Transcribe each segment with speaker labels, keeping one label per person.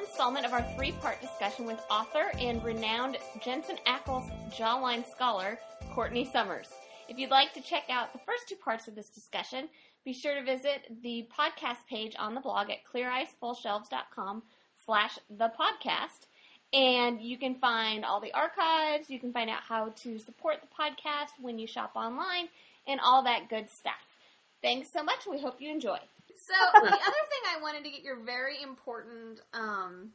Speaker 1: installment of our three part discussion with author and renowned Jensen Ackles jawline scholar, Courtney Summers. If you'd like to check out the first two parts of this discussion, be sure to visit the podcast page on the blog at clearicefullshelves.com slash the podcast. And you can find all the archives, you can find out how to support the podcast when you shop online, and all that good stuff. Thanks so much. We hope you enjoy.
Speaker 2: So the other thing I wanted to get your very important um,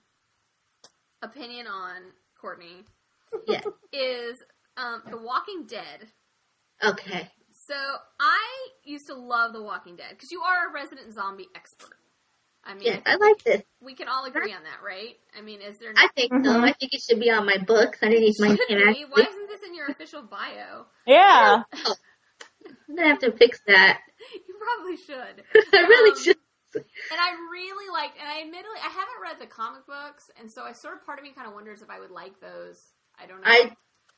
Speaker 2: opinion on, Courtney,
Speaker 3: Yeah.
Speaker 2: is um, The Walking Dead.
Speaker 3: Okay.
Speaker 2: So I used to love The Walking Dead because you are a resident zombie expert. I mean,
Speaker 3: Yes,
Speaker 2: I
Speaker 3: I
Speaker 2: think
Speaker 3: like this.
Speaker 2: we can all agree on that, right? I mean, is there?
Speaker 3: I think so.
Speaker 4: Mhm.
Speaker 3: I think it should be on my books underneath my
Speaker 2: Should
Speaker 3: name.
Speaker 2: be. Why isn't this in your official bio?
Speaker 4: Yeah.
Speaker 3: I'm gonna have to fix that.
Speaker 2: You probably should.
Speaker 3: I really
Speaker 2: Um,
Speaker 3: should.
Speaker 2: And I really liked, and I admittedly, I haven't read the comic books, and so I sort of part of me kind of wonders if I would like those. I don't know.
Speaker 3: I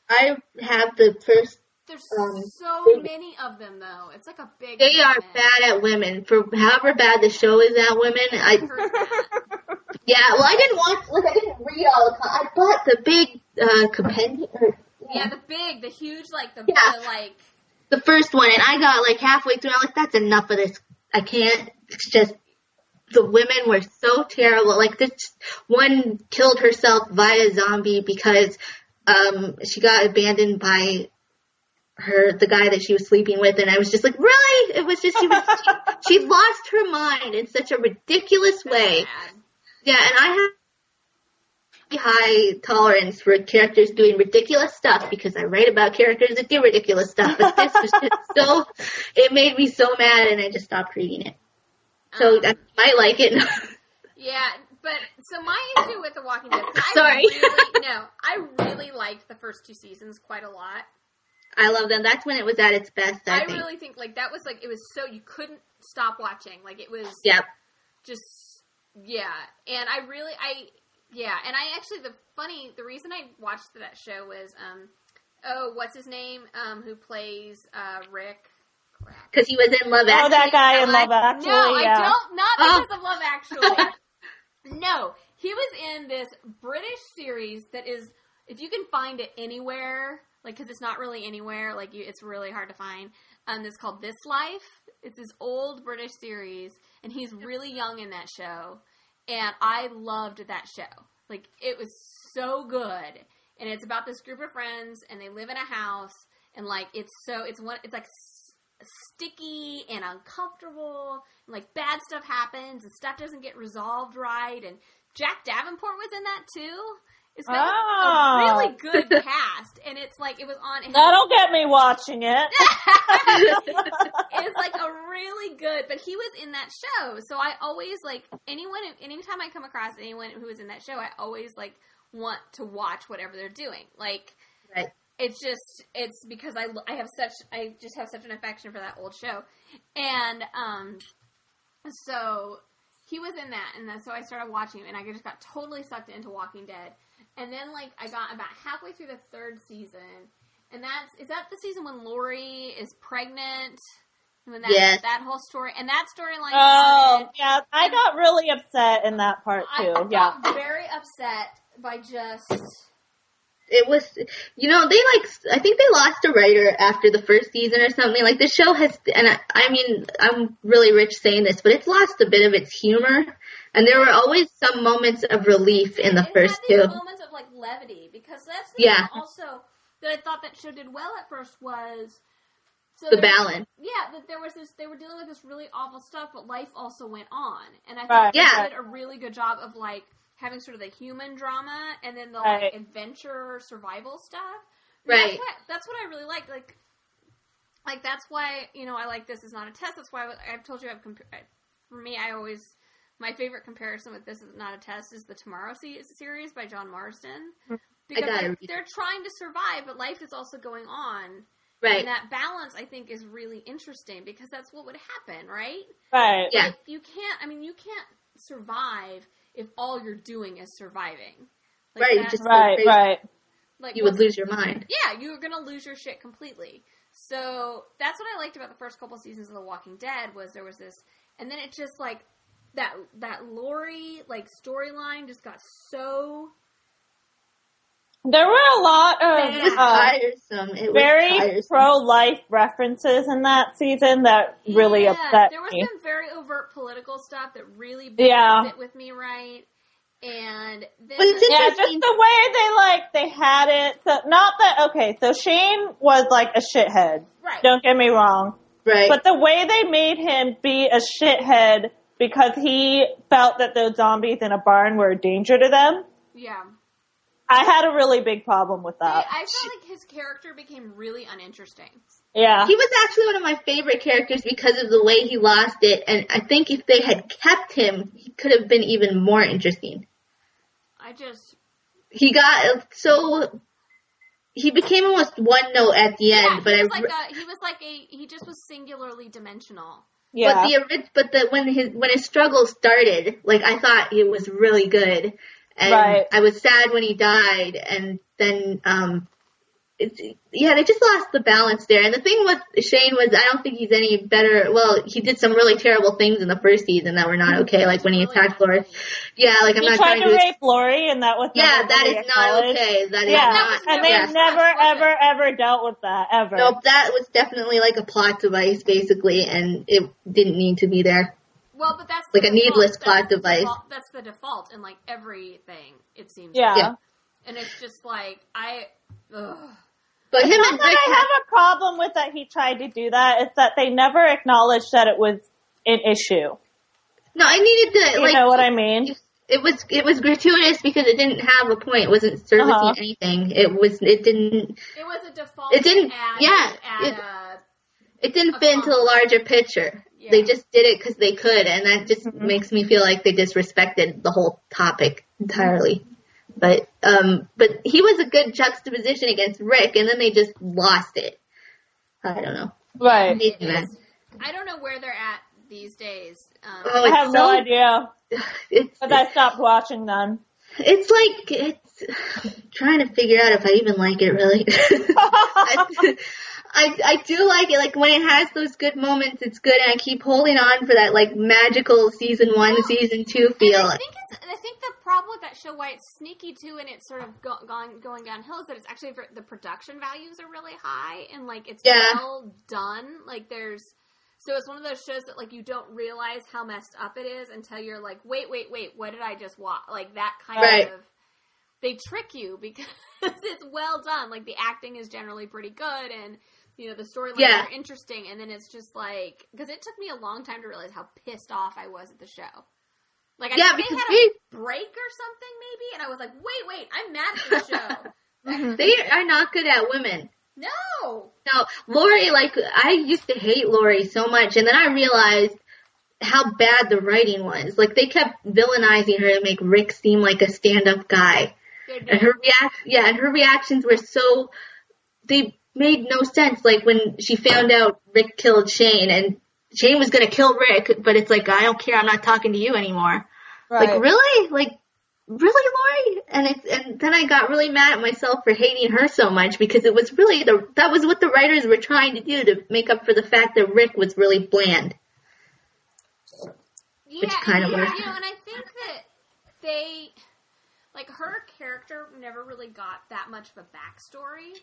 Speaker 3: I have the first.
Speaker 2: There's
Speaker 3: um,
Speaker 2: so
Speaker 3: they-
Speaker 2: many of them, though. It's like a big.
Speaker 3: They are
Speaker 2: movement.
Speaker 3: bad at women. For however bad the show is at women, I
Speaker 2: I've heard that.
Speaker 3: yeah. Well, I didn't watch. Look, I didn't read all the. co- I bought the big uh compendium. Or,
Speaker 2: yeah, the big, the huge, like the,
Speaker 3: Yeah.
Speaker 2: the like.
Speaker 3: the first one, and I got like halfway through. I'm like, that's enough of this. I can't. It's just the women were so terrible. Like this one killed herself via zombie because um she got abandoned by her the guy that she was sleeping with, and I was just like, really? It was just she was she, she lost her mind in such a ridiculous
Speaker 2: that's
Speaker 3: way.
Speaker 2: bad.
Speaker 3: Yeah, and I have pretty high tolerance for characters doing ridiculous stuff because I write about characters that do ridiculous stuff. But this was just so it made me so mad, and I just stopped reading it. So
Speaker 2: Um,
Speaker 3: I might like it.
Speaker 2: yeah, but so my issue with The Walking Dead. 'cause I
Speaker 3: Sorry.
Speaker 2: Really, no, I really liked the first two seasons quite a lot.
Speaker 3: I love them. That's when it was at its best. I,
Speaker 2: I,
Speaker 3: think.
Speaker 2: really think like that was like it was so you couldn't stop watching. Like it was
Speaker 3: Yep.
Speaker 2: just yeah. And I really I yeah, and I actually the funny the reason I watched that show was um oh, what's his name? Um who plays uh Rick Crap.
Speaker 3: Because he was in Love
Speaker 4: Oh,
Speaker 3: Actually.
Speaker 4: that guy in
Speaker 3: I
Speaker 4: Love Actually.
Speaker 2: no,
Speaker 4: yeah.
Speaker 2: I don't
Speaker 3: Oh.
Speaker 2: not because of Love Actually. no. He was in this British series that is if you can find it anywhere, like cuz it's not really anywhere, like you, it's really hard to find. Um it's called This Life. It's this old British series and he's really young in that show and I loved that show. Like it was so good. And it's about this group of friends and they live in a house and like it's so it's one it's like s- sticky and uncomfortable and like bad stuff happens and stuff doesn't get resolved right and Jack Davenport was in that too. It's got
Speaker 4: Oh.
Speaker 2: like, a really good cast and it's like it was on it had-
Speaker 4: That'll get me watching it.
Speaker 2: is like a really good but he was in that show so i always like anyone anytime i come across anyone who was in that show i always like want to watch whatever they're doing like
Speaker 3: Right.
Speaker 2: it's just it's because i i have such i just have such an affection for that old show and um so he was in that and then so i started watching him and i just got totally sucked into walking dead and then like i got about halfway through the third season and that's is that the season when Lori is pregnant? When that
Speaker 3: Yes.
Speaker 2: that whole story and that storyline.
Speaker 4: Oh,
Speaker 2: started,
Speaker 4: yeah. I got really upset in that part
Speaker 2: I, I
Speaker 4: too.
Speaker 2: got
Speaker 4: Yeah.
Speaker 2: very upset by just
Speaker 3: It was, you know, they like. I think they lost a writer after the first season or something. Like the show has, and I, I mean, I'm really rich saying this, but it's lost a bit of its humor. And there were always some moments of relief in the
Speaker 2: it
Speaker 3: first
Speaker 2: had
Speaker 3: two.
Speaker 2: these moments of like levity because that's the
Speaker 3: Yeah.
Speaker 2: thing also that I thought that show did well at first was so
Speaker 3: The
Speaker 2: there-
Speaker 3: balance.
Speaker 2: Yeah, that there was this. They were dealing with this really awful stuff, but life also went on, and I think
Speaker 4: Right.
Speaker 2: they
Speaker 3: Yeah.
Speaker 2: did a really good job of like having sort of the human drama and then the like
Speaker 4: Right.
Speaker 2: adventure survival stuff. And
Speaker 3: Right.
Speaker 2: That's what, that's what I really like. Like, like that's why you know I like this is not a test. That's why I- I've told you I've compa- I- for me I always my favorite comparison with this is not a test is the Tomorrow se- series by John Marston
Speaker 4: Mm-hmm.
Speaker 2: because
Speaker 3: gotta
Speaker 2: like,
Speaker 3: read
Speaker 2: they're trying to survive, but life is also going on.
Speaker 3: Right.
Speaker 2: And that balance, I think, is really interesting because that's what would happen, right?
Speaker 4: Right.
Speaker 3: Yeah.
Speaker 2: Like, you can't, I mean, you can't survive if all you're doing is surviving. Like
Speaker 3: Right,
Speaker 2: that-
Speaker 3: just-
Speaker 4: Right, right.
Speaker 2: like
Speaker 3: You would
Speaker 2: what's-
Speaker 3: lose your mind.
Speaker 2: Yeah, you're going to lose your shit completely. So that's what I liked about the first couple seasons of The Walking Dead was there was this, and then it just like that that Lori like storyline just got so
Speaker 4: There were a lot
Speaker 3: It
Speaker 4: of
Speaker 3: was
Speaker 4: uh,
Speaker 3: tiresome. It was
Speaker 4: very
Speaker 3: tiresome.
Speaker 4: pro-life references in that season that really
Speaker 2: Yeah,
Speaker 4: upset
Speaker 2: There was
Speaker 4: me.
Speaker 2: some very overt political stuff that really
Speaker 4: Yeah.
Speaker 2: yeah. it with me, right? And then
Speaker 3: But it's
Speaker 4: Yeah, just
Speaker 3: interesting.
Speaker 4: the way they like they had it. So not that okay. So Shane was like a shithead.
Speaker 2: right,
Speaker 4: Don't get me wrong,
Speaker 3: right.
Speaker 4: but the way they made him be a shithead because he felt that those zombies in a barn were a danger to them.
Speaker 2: yeah.
Speaker 4: I had a really big problem
Speaker 3: Uh,
Speaker 4: with that.
Speaker 2: I felt like his character became really uninteresting.
Speaker 4: Yeah,
Speaker 3: he was actually one of my favorite characters because of the way he lost it, and I think if they had kept him, he could have been even more interesting.
Speaker 2: I just
Speaker 3: He got so he became almost one note at the end,
Speaker 2: yeah,
Speaker 3: but
Speaker 2: he
Speaker 3: I
Speaker 2: was like a he was like a he just was singularly dimensional.
Speaker 4: yeah.
Speaker 3: But the orig- but the when his when his struggle started, like I thought it was really good, and
Speaker 4: Right.
Speaker 3: I was sad when he died, and then um, it, yeah, they just lost the balance there. And the thing with Shane was I don't think he's any better. Well, he did some really terrible things in the first season that were not okay, like when he
Speaker 2: Really
Speaker 3: attacked Laura.
Speaker 2: unhealthy.
Speaker 3: Yeah, like I'm
Speaker 4: he
Speaker 3: not
Speaker 4: tried
Speaker 3: trying
Speaker 4: to
Speaker 3: to.
Speaker 4: rape Lori, and that was
Speaker 3: yeah,
Speaker 4: never
Speaker 3: that
Speaker 4: really
Speaker 3: is not
Speaker 4: acknowledged.
Speaker 3: okay. That is
Speaker 4: Yeah,
Speaker 3: not.
Speaker 2: That
Speaker 4: and they
Speaker 2: yeah.
Speaker 4: never,
Speaker 2: Was it?
Speaker 4: ever, ever dealt with that ever.
Speaker 3: Nope, that was definitely like a plot device, basically, and it didn't need to be there.
Speaker 2: Well, but that's
Speaker 3: Like
Speaker 2: the
Speaker 3: a needless
Speaker 2: default. that's
Speaker 3: plot
Speaker 2: the
Speaker 3: device.
Speaker 2: default- that's the default in like everything. It seems.
Speaker 4: Yeah.
Speaker 3: Yeah.
Speaker 2: and it's just like I. Ugh.
Speaker 3: But him and
Speaker 4: Not that
Speaker 3: Rick
Speaker 4: I have a problem with that he tried to do that. It's that they never acknowledged that it was an issue.
Speaker 3: No, I needed to
Speaker 4: You
Speaker 3: like.
Speaker 4: know what I mean?
Speaker 3: It was it was gratuitous because it didn't have a point. It wasn't servicing
Speaker 4: Uh-huh.
Speaker 3: anything. It was it didn't
Speaker 2: It was a default. uh,
Speaker 3: It didn't-
Speaker 2: Add,
Speaker 3: yeah,
Speaker 2: Add
Speaker 3: it-
Speaker 2: a,
Speaker 3: it didn't fit into
Speaker 4: Uh-huh.
Speaker 3: the larger picture.
Speaker 2: Yeah.
Speaker 3: They just did it because they could, and that just
Speaker 4: Mm-hmm.
Speaker 3: makes me feel like they disrespected the whole topic entirely. But um, but he was a good juxtaposition against Rick, and then they just lost it. I don't know.
Speaker 4: Right.
Speaker 3: Amazing,
Speaker 2: it
Speaker 3: man.
Speaker 2: is- I don't know where they're at these days. Um,
Speaker 3: Oh,
Speaker 4: I
Speaker 3: it's
Speaker 4: have
Speaker 3: so,
Speaker 4: no idea,
Speaker 3: It's
Speaker 4: but I stopped watching them.
Speaker 3: It's like it's I'm trying to figure out if I even like it really. I, I I do like it. Like when it has those good moments, it's good, and I keep holding on for that like magical season one, season two
Speaker 2: and
Speaker 3: feel.
Speaker 2: I think it's. I think the problem with that show, why it's sneaky too, and it's sort of go, gone, going downhill, is that it's actually ver- the production values are really high and like it's
Speaker 3: Yeah.
Speaker 2: well done. Like there's. So it's one of those shows that like you don't realize how messed up it is until you're like, wait, wait, wait, what did I just watch? Like that kind
Speaker 3: Right.
Speaker 2: of they trick you because it's well done. Like the acting is generally pretty good and you know the storylines
Speaker 3: Yeah.
Speaker 2: are interesting and then it's just like because it took me a long time to realize how pissed off I was at the show. Like I
Speaker 3: Yeah,
Speaker 2: think they
Speaker 3: because
Speaker 2: had
Speaker 3: they-
Speaker 2: a break or something maybe and I was like, "Wait, wait, I'm mad at the show." Hmm.
Speaker 3: They are not good at women.
Speaker 2: no.
Speaker 3: No, Lori. Like I used to hate Lori so much, and then I realized how bad the writing was. Like they kept villainizing her to make Rick seem like a stand-up guy.
Speaker 2: They're
Speaker 3: and her react yeah and her reactions were so they made no sense like when she found out rick killed shane and shane was going to kill rick but it's like i don't care i'm not talking to you anymore like really like really lori and it's and then i got really mad at myself for hating her so much because it was really the that was what the writers were trying to do to make up for the fact that rick was really bland
Speaker 2: yeah,
Speaker 3: which kinda
Speaker 2: yeah,
Speaker 3: works.
Speaker 2: You know, and I think that they, like, her character never really got that much of a backstory.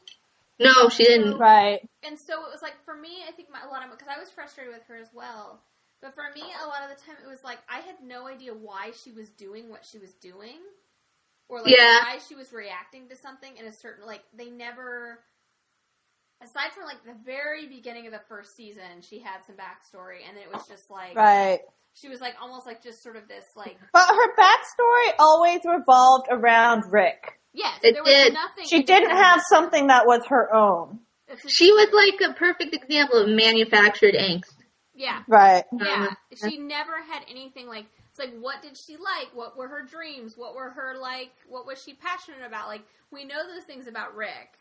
Speaker 3: no she didn't
Speaker 4: Right.
Speaker 2: and so it was like for me, I think my, a lot of because I was frustrated with her as well. But for me, a lot of the time it was like I had no idea why she was doing what she was doing, or like
Speaker 3: Yeah.
Speaker 2: why she was reacting to something in a certain like they never. Aside from like the very beginning of the first season, she had some backstory, and then it was just like
Speaker 4: Right.
Speaker 2: she was like almost like just sort of this like
Speaker 4: But her backstory always revolved around Rick.
Speaker 2: yes,
Speaker 3: It
Speaker 2: there was
Speaker 3: did.
Speaker 2: nothing.
Speaker 4: She didn't have something that was her own.
Speaker 2: It's just-
Speaker 3: she was like a perfect example of manufactured angst
Speaker 2: yeah.
Speaker 4: Right.
Speaker 2: Yeah,
Speaker 3: Um,
Speaker 2: she never had anything like. It's like, what did she like? What were her dreams? What were her like? What was she passionate about? Like, we know those things about Rick.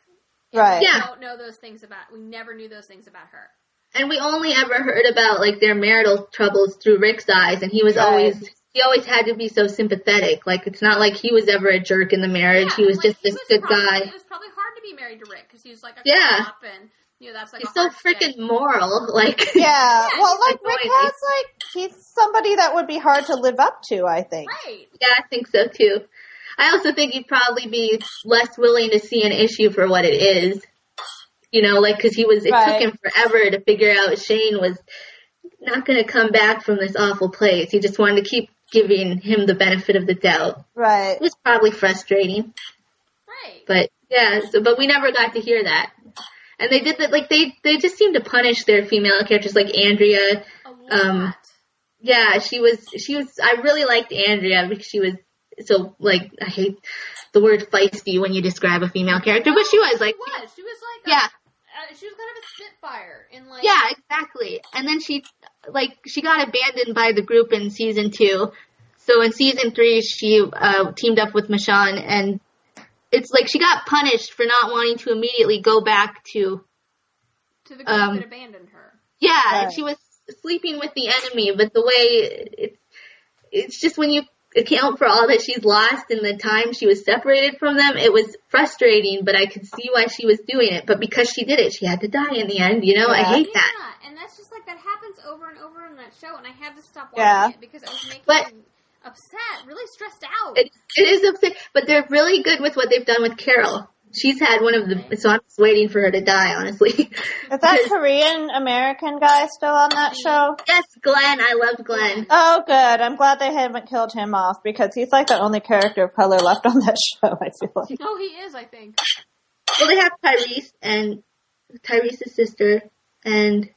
Speaker 4: Right.
Speaker 3: Yeah.
Speaker 2: We don't know those things about. We never knew those things about her.
Speaker 3: And we only ever heard about like their marital troubles through Rick's eyes, and he was
Speaker 4: Right.
Speaker 3: always he always had to be so sympathetic. Like it's not like he was ever a jerk in the marriage.
Speaker 2: Yeah,
Speaker 3: he was
Speaker 2: like,
Speaker 3: just
Speaker 2: he
Speaker 3: this
Speaker 2: was
Speaker 3: good
Speaker 2: probably-
Speaker 3: guy.
Speaker 2: It was probably hard to be married to Rick because he was like a
Speaker 3: Yeah.
Speaker 2: cop and You know, that's like
Speaker 3: He's
Speaker 2: a
Speaker 3: so
Speaker 2: hard stick.
Speaker 3: freaking moral. Like,
Speaker 4: Yeah. Well, like
Speaker 3: like,
Speaker 4: Rick
Speaker 3: boy,
Speaker 4: has like he's somebody that would be hard to live up to. I think.
Speaker 2: right.
Speaker 3: yeah, I think so too. I also think you'd probably be less willing to see an issue for what it is. You know, like, cause he was, it took
Speaker 4: Right.
Speaker 3: him forever to figure out Shane was not gonna come back from this awful place. He just wanted to keep giving him the benefit of the doubt.
Speaker 4: Right.
Speaker 3: It was probably frustrating.
Speaker 2: Right.
Speaker 3: But yeah, so but we never got to hear that. And they did that like they they just seemed to punish their female characters like Andrea.
Speaker 2: a lot.
Speaker 3: um, Yeah, she was she was I really liked Andrea because she was so like I hate the word feisty when you describe a female character, but she was like
Speaker 2: she was. She was like a-
Speaker 3: yeah,
Speaker 2: uh, she was kind of a spitfire in like
Speaker 3: yeah, exactly. And then she like she got abandoned by the group in season 2. So in season 3 she uh teamed up with Michonne and it's like she got punished for not wanting to immediately go back to
Speaker 2: to the group
Speaker 3: um,
Speaker 2: that abandoned her.
Speaker 3: Yeah,
Speaker 4: Right.
Speaker 3: and she was sleeping with the enemy, but the way it, it's just when you account for all that she's lost and the time she was separated from them, it was frustrating, but I could see why she was doing it. But because she did it, she had to die in the end, you know? I
Speaker 4: Yeah.
Speaker 3: hate that.
Speaker 2: Yeah, and that's just like that happens over and over in that show, and I had to stop watching
Speaker 4: Yeah.
Speaker 2: it because I was making
Speaker 3: But-
Speaker 2: me upset, really stressed out.
Speaker 3: It, it is upset, but they're really good with what they've done with Carol. She's had one of the, so I'm just waiting for her to die, honestly.
Speaker 4: Is that Korean American guy still on that show?
Speaker 3: yes, Glenn, I love Glenn.
Speaker 4: Oh, good. I'm glad they haven't killed him off because he's like the only character of color left on that show. I feel like.
Speaker 2: no, Oh, he is. I think.
Speaker 3: Well, they have Tyrese and Tyrese's sister and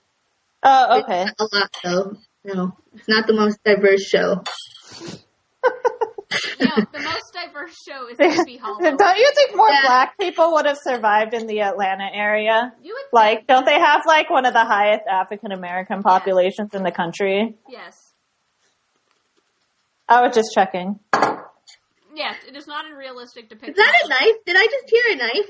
Speaker 4: Oh, okay.
Speaker 3: It's not a lot though. No, it's not the most diverse show.
Speaker 2: No, the most diverse show is Sleepy Hollow.
Speaker 4: don't you think more
Speaker 3: Yeah.
Speaker 4: black people would have survived in the Atlanta area?
Speaker 2: You would
Speaker 4: Like,
Speaker 2: think,
Speaker 4: don't they have like one of the highest African American populations in the country?
Speaker 2: yes,
Speaker 4: I was just checking.
Speaker 2: yes. It is not a realistic depiction.
Speaker 3: Is that a knife? Did I just hear a knife?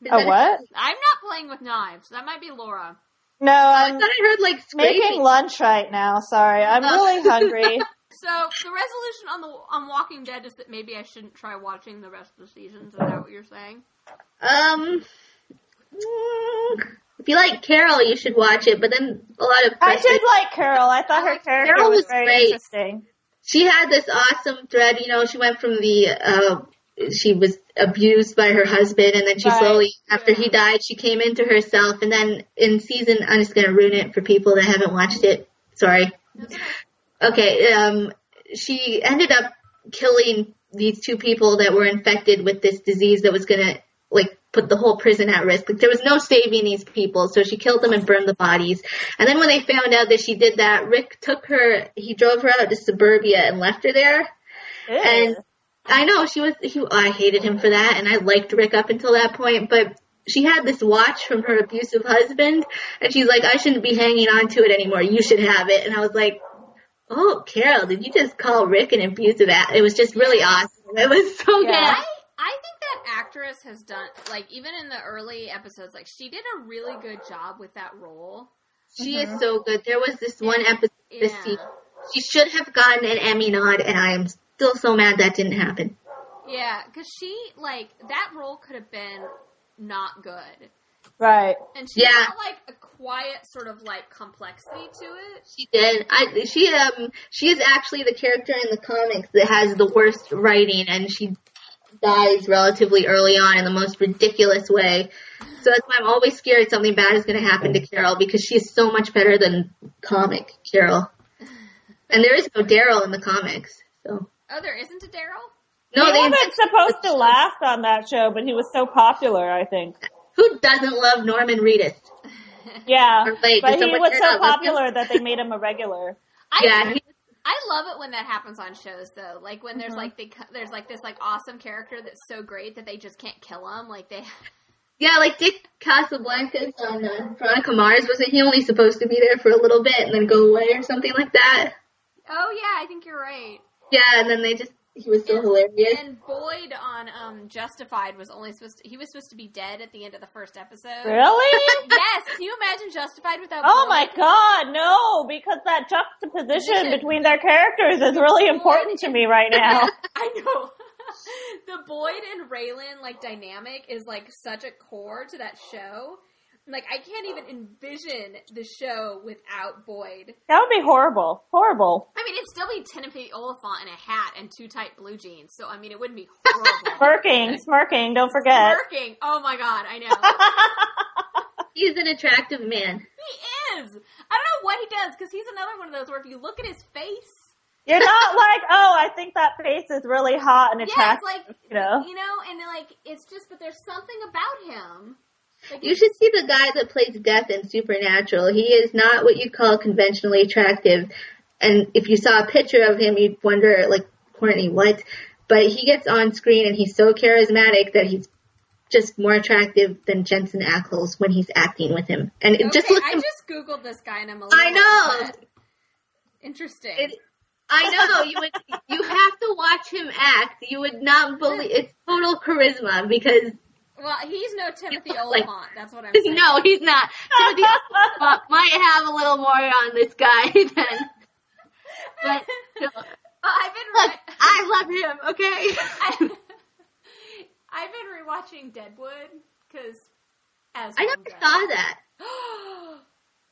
Speaker 3: Is that
Speaker 4: A what?
Speaker 2: I'm not playing with knives. That might be Laura.
Speaker 4: No,
Speaker 3: Oh, I
Speaker 4: I'm
Speaker 3: thought I heard like
Speaker 4: making
Speaker 3: scraping.
Speaker 4: lunch right now. Sorry, I'm
Speaker 3: Oh.
Speaker 4: really hungry.
Speaker 2: So the resolution on the on Walking Dead is that maybe I shouldn't try watching the rest of the seasons. Is that what you're saying?
Speaker 3: Um, mm, if you like Carol, you should watch it. But then a lot of
Speaker 4: I did like Carol. I thought her character
Speaker 3: Carol
Speaker 4: was
Speaker 3: was
Speaker 4: very
Speaker 3: great.
Speaker 4: interesting.
Speaker 3: she had this awesome thread. You know, she went from the uh, she was abused by her husband, and then she
Speaker 4: Right.
Speaker 3: slowly, after he died, she came into herself. And then in season, I'm just gonna ruin it for people that haven't watched it. Sorry. Okay. Um, she ended up killing these two people that were infected with this disease that was gonna like put the whole prison at risk. Like there was no saving these people, so she killed them and burned the bodies. And then when they found out that she did that, Rick took her. He drove her out to suburbia and left her there.
Speaker 4: Ew.
Speaker 3: And I know she was. He, I hated him for that, and I liked Rick up until that point. But she had this watch from her abusive husband, and she's like, "I shouldn't be hanging on to it anymore. You should have it." And I was like, "Oh, Carol, did you just call Rick an abusive?" a-" It was just really awesome. It was so
Speaker 4: Yeah.
Speaker 2: I I think that actress has done like even in the early episodes, like she did a really good job with that role.
Speaker 3: good. She is so good. There was this one episode this
Speaker 2: Yeah.
Speaker 3: season. She should have gotten an Emmy nod, and I am still so mad that didn't happen.
Speaker 2: Yeah, because she like that role could have been not good,
Speaker 4: right.
Speaker 2: and she
Speaker 3: Yeah.
Speaker 2: had like a quiet sort of like complexity to it.
Speaker 3: She did. I she um she is actually the character in the comics that has the worst writing, and she dies relatively early on in the most ridiculous way. So that's why I'm always scared something bad is going to happen to Carol because she is so much better than comic Carol. And there is no Daryl in the comics, so
Speaker 2: Oh, there isn't a Daryl.
Speaker 3: no,
Speaker 4: he
Speaker 3: they
Speaker 4: wasn't supposed to last on that show, but he was so popular. I think.
Speaker 3: who doesn't love Norman Reedus?
Speaker 4: Yeah,
Speaker 3: Or wait,
Speaker 4: but
Speaker 3: did
Speaker 4: he
Speaker 3: someone
Speaker 4: was
Speaker 3: turn
Speaker 4: so
Speaker 3: out lesbian?
Speaker 4: popular that they made him a regular.
Speaker 2: I
Speaker 3: Yeah, he,
Speaker 2: I love it when that happens on shows though. Like when there's
Speaker 3: Mm-hmm.
Speaker 2: like they cu- there's like this like awesome character that's so great that they just can't kill him. Like they
Speaker 3: yeah, like Dick Casablancas on uh, Veronica Mars wasn't he only supposed to be there for a little bit and then go away or something like that?
Speaker 2: Oh yeah, I think you're right.
Speaker 3: Yeah, and then they just he was so hilarious.
Speaker 2: And Boyd on um Justified was only supposed to he was supposed to be dead at the end of the first episode.
Speaker 4: Really?
Speaker 2: Yes, can you imagine Justified without
Speaker 4: Oh
Speaker 2: Boyd?
Speaker 4: my god, no! Because that juxtaposition between their characters is really important to me right now.
Speaker 2: I know. the Boyd and Raylan like dynamic is like such a core to that show. Like I can't even envision the show without Boyd.
Speaker 4: That would be horrible. Horrible.
Speaker 2: I mean, it'd still be Timothy Oliphant in a hat and two tight blue jeans. So I mean, it wouldn't be horrible.
Speaker 4: Smirking, smirking, don't forget.
Speaker 2: Working. Oh my god, I know
Speaker 3: He's an attractive man.
Speaker 2: he is. I don't know what he does because he's another one of those where if you look at his face,
Speaker 4: You're not like, oh, I think that face is really hot and
Speaker 2: yeah,
Speaker 4: attractive.
Speaker 2: it's like
Speaker 4: you know?
Speaker 2: you know, and like it's just, but there's something about him. Like,
Speaker 3: You should see the guy that plays Death in Supernatural. He is not what you'd call conventionally attractive. And if you saw a picture of him, you'd wonder, like, Courtney, what? But he gets on screen and he's so charismatic that he's just more attractive than Jensen Ackles when he's acting with him. And it just
Speaker 2: Okay,
Speaker 3: look
Speaker 2: I
Speaker 3: him.
Speaker 2: just googled this guy and I'm a little.
Speaker 3: I know.
Speaker 2: upset. Interesting.
Speaker 3: It- I know you would. You have to watch him act. You would not believe it's total charisma because
Speaker 2: well, he's no Timothy
Speaker 3: look like-
Speaker 2: Oliphant. That's what I'm saying.
Speaker 3: no, he's not. Timothy Oliphant might have a little more on this guy than. But no.
Speaker 2: Well, I've been
Speaker 3: look,
Speaker 2: re-
Speaker 3: I love him. Okay.
Speaker 2: I've been rewatching Deadwood because as
Speaker 3: I
Speaker 2: one
Speaker 3: never
Speaker 2: does.
Speaker 3: saw that. Oh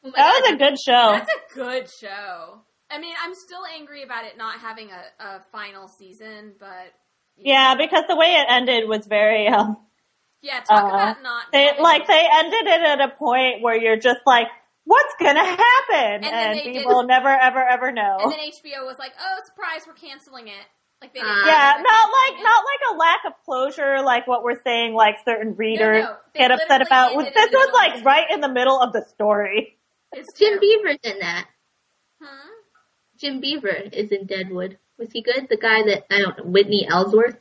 Speaker 3: my
Speaker 4: That was
Speaker 3: God.
Speaker 4: a good show.
Speaker 2: That's a good show. I mean, I'm still angry about it not having a, a final season, but
Speaker 4: Yeah, because the way it ended was very, um,
Speaker 2: yeah, talk
Speaker 4: Uh,
Speaker 2: about not
Speaker 4: they,
Speaker 2: having-
Speaker 4: like, they ended it at a point where you're just like, what's gonna happen?
Speaker 2: And then
Speaker 4: And,
Speaker 2: they
Speaker 4: we
Speaker 2: did-
Speaker 4: will never ever ever
Speaker 2: And
Speaker 4: know.
Speaker 2: then HBO was like, "Oh, surprise, we're canceling it." Like they didn't
Speaker 3: Uh,
Speaker 4: Yeah,
Speaker 2: they're
Speaker 4: not
Speaker 2: canceling
Speaker 4: like,
Speaker 2: it.
Speaker 4: not like a lack of closure, like what we're saying, like certain readers
Speaker 2: they
Speaker 4: get upset
Speaker 2: literally
Speaker 4: about.
Speaker 2: ended
Speaker 4: This
Speaker 2: in the
Speaker 4: was
Speaker 2: middle of
Speaker 4: like
Speaker 2: the
Speaker 4: right in the middle of the story.
Speaker 2: It's
Speaker 3: Jim
Speaker 2: Jim
Speaker 3: Beaver's in that.
Speaker 2: Huh?
Speaker 3: Jim Beaver is in Deadwood. Was he good? The guy that I don't know, Whitney Ellsworth.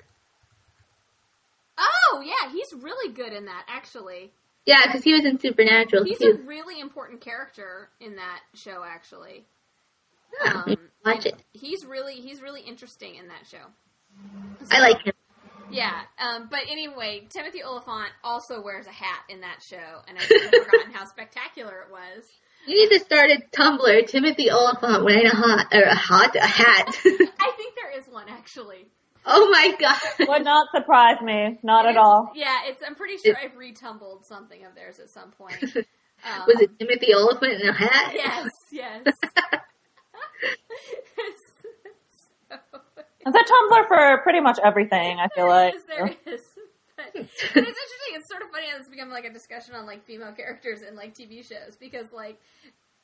Speaker 2: Oh yeah, he's really good in that. Actually,
Speaker 3: Yeah, because he was in Supernatural
Speaker 2: he's a
Speaker 3: too.
Speaker 2: really important character in that show. Actually,
Speaker 3: Huh,
Speaker 2: um, and
Speaker 3: watch it.
Speaker 2: He's really he's really interesting in that show.
Speaker 3: I like him.
Speaker 2: Yeah, um, but anyway, Timothy Oliphant also wears a hat in that show, and I've forgotten how spectacular it was.
Speaker 3: You need to start a Tumblr, Timothy Oliphant wearing a hot or a hot a hat.
Speaker 2: I think there is one actually.
Speaker 3: oh my god.
Speaker 4: Would not surprise me, not at
Speaker 2: It's-
Speaker 4: all.
Speaker 2: Yeah, it's. I'm pretty sure I've retumbled something of theirs at some point. Um,
Speaker 3: Was it Timothy Oliphant in a hat?
Speaker 2: Yes, yes. so,
Speaker 4: It's a Tumblr for pretty much everything. I feel like
Speaker 2: yes, there is. But, but it's interesting. It's sort of funny. how It's become like a discussion on like female characters in like TV shows because like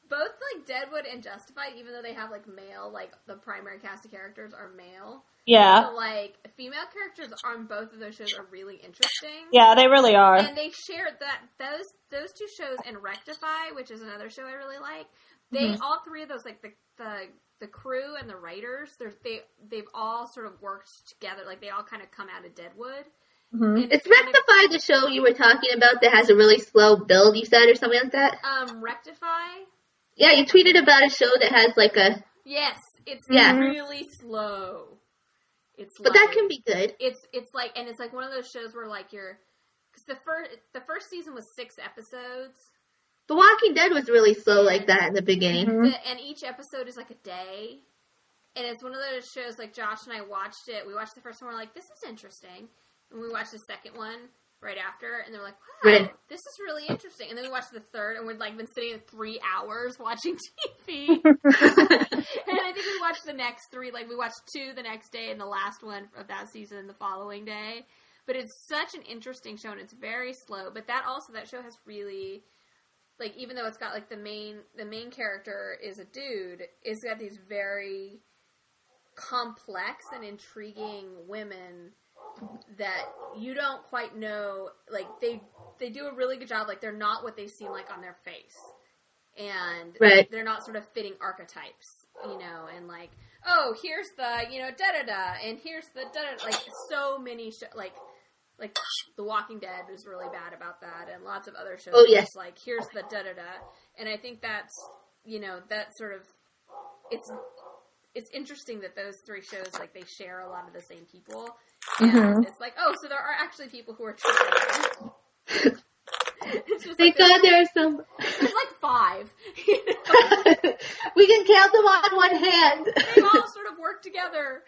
Speaker 2: both like Deadwood and Justified, even though they have like male, like the primary cast of characters are male.
Speaker 4: yeah,
Speaker 2: So, like female characters on both of those shows are really interesting.
Speaker 4: yeah, they really are.
Speaker 2: and they shared that those those two shows and Rectify, which is another show I really like. They
Speaker 3: Mm-hmm.
Speaker 2: all three of those, like the the the crew and the writers, they're, they they've all sort of worked together. Like they all kind of come out of Deadwood.
Speaker 4: Mhm.
Speaker 2: And
Speaker 3: Mm-hmm. It's
Speaker 2: kind of-
Speaker 3: Rectify the show you were talking about that has a really slow build, you said, or something like that?
Speaker 2: um, Rectify.
Speaker 3: Yeah, you tweeted about a show that has like a,
Speaker 2: Yes, it's
Speaker 3: Yeah. Mm-hmm.
Speaker 2: really slow. It's
Speaker 3: but that
Speaker 2: slow.
Speaker 3: can be good.
Speaker 2: it's it's like and it's like one of those shows where like you're because the first the first season was six episodes
Speaker 3: The Walking Dead was really slow like that in the beginning.
Speaker 4: Mhm.
Speaker 2: The- and each episode is like a day. And it's one of those shows like Josh and I watched it. We watched the first one, we're like, this is interesting. And we watched the second one right after, and they're like, wow,
Speaker 3: Right.
Speaker 2: this is really interesting. And then we watched the third, and we'd like been sitting at three hours watching TV. and Mm-hmm. I think we watched the next three, like we watched two the next day, and the last one of that season the following day. But it's such an interesting show, and it's very slow. But that also that show has really like even though it's got like the main the main character is a dude, it's got these very complex and intriguing women that you don't quite know like they they do a really good job like they're not what they seem like on their face and
Speaker 3: Right.
Speaker 2: they're not sort of fitting archetypes you know and like oh here's the you know da da da and here's the da da like so many sh- like like The Walking Dead was really bad about that, and lots of other shows.
Speaker 3: Oh,
Speaker 2: were
Speaker 3: yes.
Speaker 2: just like here's the da da da, and I think that's you know that sort of it's it's interesting that those three shows like they share a lot of the same people, and
Speaker 3: Mm-hmm.
Speaker 4: Mhm.
Speaker 2: it's like oh, so there are actually people who are. Trying. it's just
Speaker 3: Thank
Speaker 2: like,
Speaker 3: God there are some.
Speaker 2: there's, there's like five.
Speaker 3: we can count them on one hand.
Speaker 2: they all sort of work together.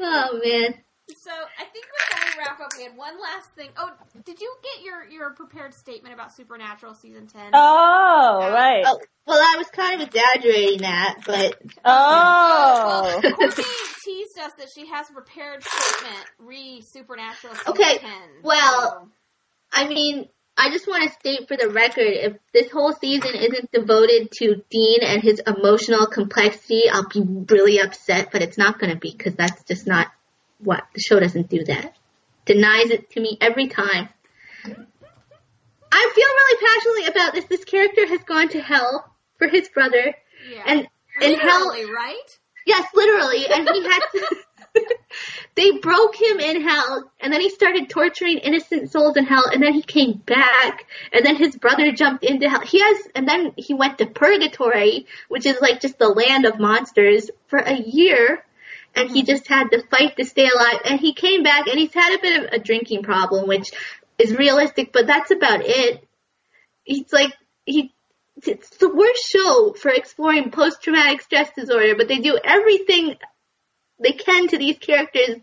Speaker 3: oh man.
Speaker 2: It's So I think before we wrap up, we had one last thing. Oh, did you get your your prepared statement about Supernatural season ten?
Speaker 4: Oh, right.
Speaker 3: Oh, well, I was kind of exaggerating that, but
Speaker 4: Oh.
Speaker 2: Well, Courtney teased us that she has a prepared statement re Supernatural season
Speaker 3: Okay,
Speaker 2: ten.
Speaker 3: well, I mean, I just want to state for the record, if this whole season isn't devoted to Dean and his emotional complexity, I'll be really upset, but it's not going to be because that's just not what the show doesn't do that. Denies it to me every time. I feel really passionately about this. This character has gone to hell for his brother,
Speaker 2: so, yeah.
Speaker 3: and and hell
Speaker 2: literally, right?
Speaker 3: Yes, literally. And he had to. they broke him in hell, and then he started torturing innocent souls in hell, and then he came back, and then his brother jumped into hell. He has, and then he went to purgatory, which is like just the land of monsters, for a year. And he just had to fight to stay alive. And he came back, and he's had a bit of a drinking problem, which is realistic, but that's about it. He's like he it's the worst show for exploring post traumatic stress disorder, but they do everything they can to these characters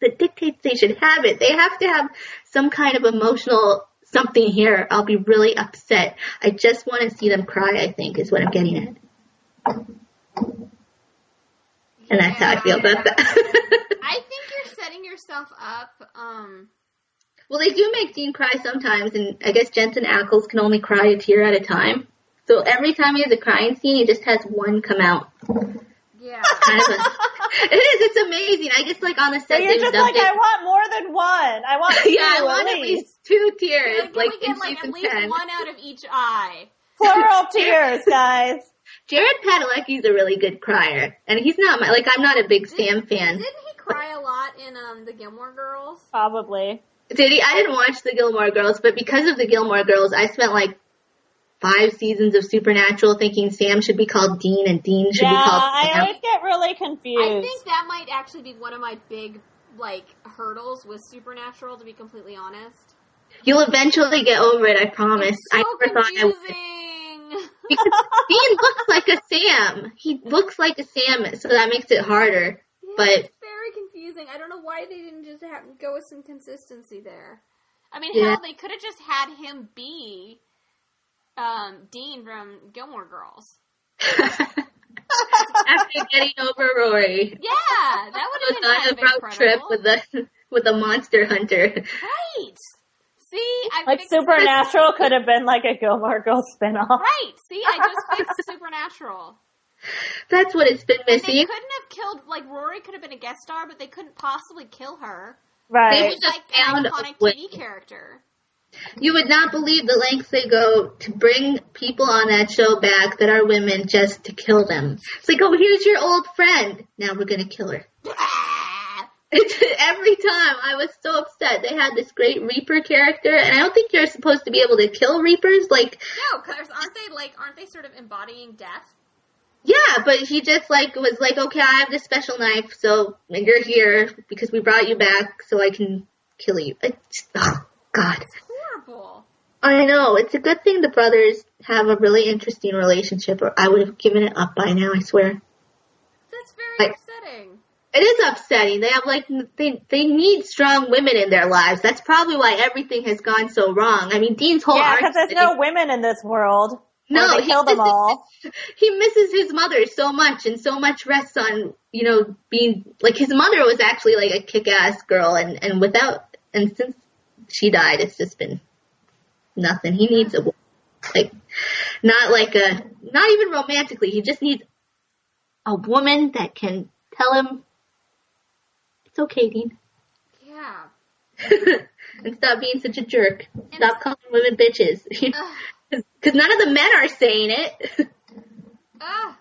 Speaker 3: that dictates they should have it. They have to have some kind of emotional something here. I'll be really upset. I just want to see them cry, I think, is what I'm getting at. And that's how I feel about that.
Speaker 2: I think you're setting yourself up. Um,
Speaker 3: well, they do make Dean cry sometimes, and I guess Jensen Ackles can only cry a tear at a time. So every time he has a crying scene, he just has one come out.
Speaker 2: yeah.
Speaker 3: kind of a- it is. It's amazing. I guess like on the
Speaker 4: So
Speaker 3: set
Speaker 4: you're
Speaker 3: they
Speaker 4: just
Speaker 3: dubbed
Speaker 4: like, I
Speaker 3: it.
Speaker 4: want more than one. I want two
Speaker 3: yeah, I want
Speaker 4: at
Speaker 3: at
Speaker 4: least.
Speaker 3: least two
Speaker 2: Can we-
Speaker 3: tears,
Speaker 2: can
Speaker 3: like
Speaker 2: we
Speaker 3: in
Speaker 2: get like at
Speaker 3: season
Speaker 2: least
Speaker 3: ten.
Speaker 2: one out of each eye?
Speaker 4: Plural tears, guys.
Speaker 3: Jared Padalecki's a really good crier, and he's not my like. I'm not a big Sam fan.
Speaker 2: Didn't he cry a lot in um the Gilmore Girls?
Speaker 4: Probably.
Speaker 3: Did he? I didn't watch the Gilmore Girls, but because of the Gilmore Girls, I spent like five seasons of Supernatural thinking Sam should be called Dean and Dean should
Speaker 4: yeah,
Speaker 3: be called
Speaker 4: I
Speaker 3: Sam.
Speaker 4: always get really
Speaker 2: I
Speaker 4: confused.
Speaker 2: think that might actually be one of my big like hurdles with Supernatural. To be completely honest,
Speaker 3: You'll eventually get over it. I promise.
Speaker 2: so
Speaker 3: I never thought I would.
Speaker 2: confusing.
Speaker 3: Because Dean looks like a Sam. He looks like a Sam, so that makes it harder.
Speaker 2: Yeah,
Speaker 3: But-
Speaker 2: it's very confusing. I don't know why they didn't just have, go with some consistency there. I mean,
Speaker 3: Yeah.
Speaker 2: hell, they could have just had him be um, Dean from Gilmore Girls.
Speaker 3: After getting over Rory,
Speaker 2: Yeah, that would have been
Speaker 3: on
Speaker 2: kind
Speaker 3: a
Speaker 2: of
Speaker 3: road trip
Speaker 2: incredible.
Speaker 3: with a with a monster hunter.
Speaker 2: right. See, I
Speaker 4: like
Speaker 2: fixed
Speaker 4: Supernatural could have been like a Gilmore Girls spinoff.
Speaker 2: Right. See, I just fixed Supernatural.
Speaker 3: That's what it's been
Speaker 2: And they
Speaker 3: missing.
Speaker 2: couldn't have killed like Rory could have been a guest star, but they couldn't possibly kill her.
Speaker 3: They
Speaker 4: Right.
Speaker 3: would just
Speaker 2: like an
Speaker 3: found a
Speaker 2: iconic
Speaker 3: way.
Speaker 2: TV character.
Speaker 3: You would not believe the lengths they go to bring people on that show back that are women just to kill them. It's like, oh, here's your old friend. Now we're gonna kill her. Every time I was so upset. They had this great Reaper character, and I don't think you're supposed to be able to kill Reapers. Like,
Speaker 2: No, because aren't they like aren't they sort of embodying death?
Speaker 3: Yeah, but he just like was like, okay, I have this special knife, so you're here because we brought you back, so I can kill you. It's, oh God,
Speaker 2: Horrible.
Speaker 3: I know. It's a good thing the brothers have a really interesting relationship, or I would have given it up by now. I swear.
Speaker 2: That's very
Speaker 3: Like-
Speaker 2: upsetting.
Speaker 3: It is upsetting. They have like they they need strong women in their lives. That's probably why everything has gone so wrong. I mean, Dean's whole
Speaker 4: Yeah, because
Speaker 3: argument
Speaker 4: there's no women in this world.
Speaker 3: No,
Speaker 4: Or they
Speaker 3: he
Speaker 4: kill them
Speaker 3: misses-
Speaker 4: all.
Speaker 3: he misses his mother so much and so much rests on you know being like his mother was actually like a kick-ass girl and and without and since she died it's just been nothing he needs a wo- like not like a not even romantically he just needs a woman that can tell him it's okay dean
Speaker 2: Yeah.
Speaker 3: and stop being such a jerk stop calling women bitches
Speaker 4: Uh.
Speaker 2: Ugh.
Speaker 3: because none of the men are saying it
Speaker 2: Ugh.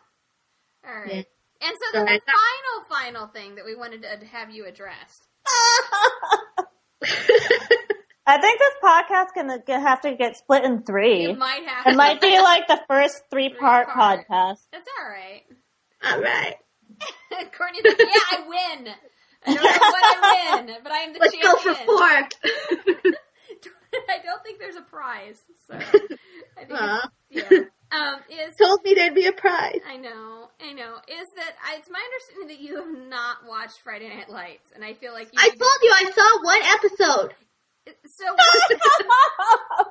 Speaker 2: All right.
Speaker 3: Yeah.
Speaker 2: And so,
Speaker 3: So
Speaker 2: then the
Speaker 3: I
Speaker 2: final, final thing that we wanted to have you address.
Speaker 4: I think this podcast can can have to get split in
Speaker 2: You
Speaker 4: three.
Speaker 2: might have.
Speaker 4: It might be like the first three part
Speaker 2: Three-part.
Speaker 4: podcast.
Speaker 2: That's all right.
Speaker 3: all right
Speaker 2: Courtney's like, yeah, I win. I don't know what I win, but I am the
Speaker 3: Let's go for
Speaker 2: champion.
Speaker 3: four.
Speaker 2: I don't think there's a prize. So I think
Speaker 3: Aw.
Speaker 2: it's, yeah. um, is
Speaker 3: Told me there'd be a prize.
Speaker 2: I know, I know. Is that I, it's my understanding that you have not watched Friday Night Lights, and I feel like you
Speaker 3: I told you I saw one episode.
Speaker 2: so. What,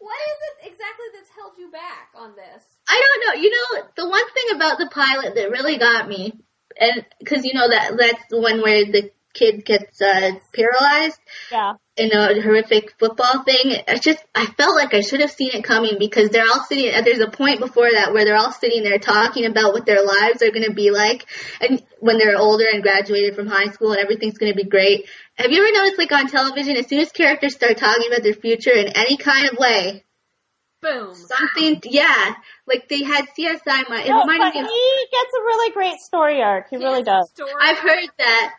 Speaker 2: what is it exactly that's held you back on this?
Speaker 3: I don't know. You know, the one thing about the pilot that really got me, and because you know that that's the one where the kid gets uh, paralyzed
Speaker 4: Yeah.
Speaker 3: in a horrific football thing. I just I felt like I should have seen it coming because they're all sitting. uh, There's a point before that where they're all sitting there talking about what their lives are going to be like, and when they're older and graduated from high school and everything's going to be great. Have you ever noticed, like on television, as soon as characters start talking about their future in any kind of way,
Speaker 2: Boom.
Speaker 3: something, yeah, like they had CSI. My, it
Speaker 4: No, but
Speaker 3: reminded me.
Speaker 4: he
Speaker 3: Of,
Speaker 4: gets a really great story arc. He really
Speaker 2: His
Speaker 4: does.
Speaker 2: Story
Speaker 3: I've heard that.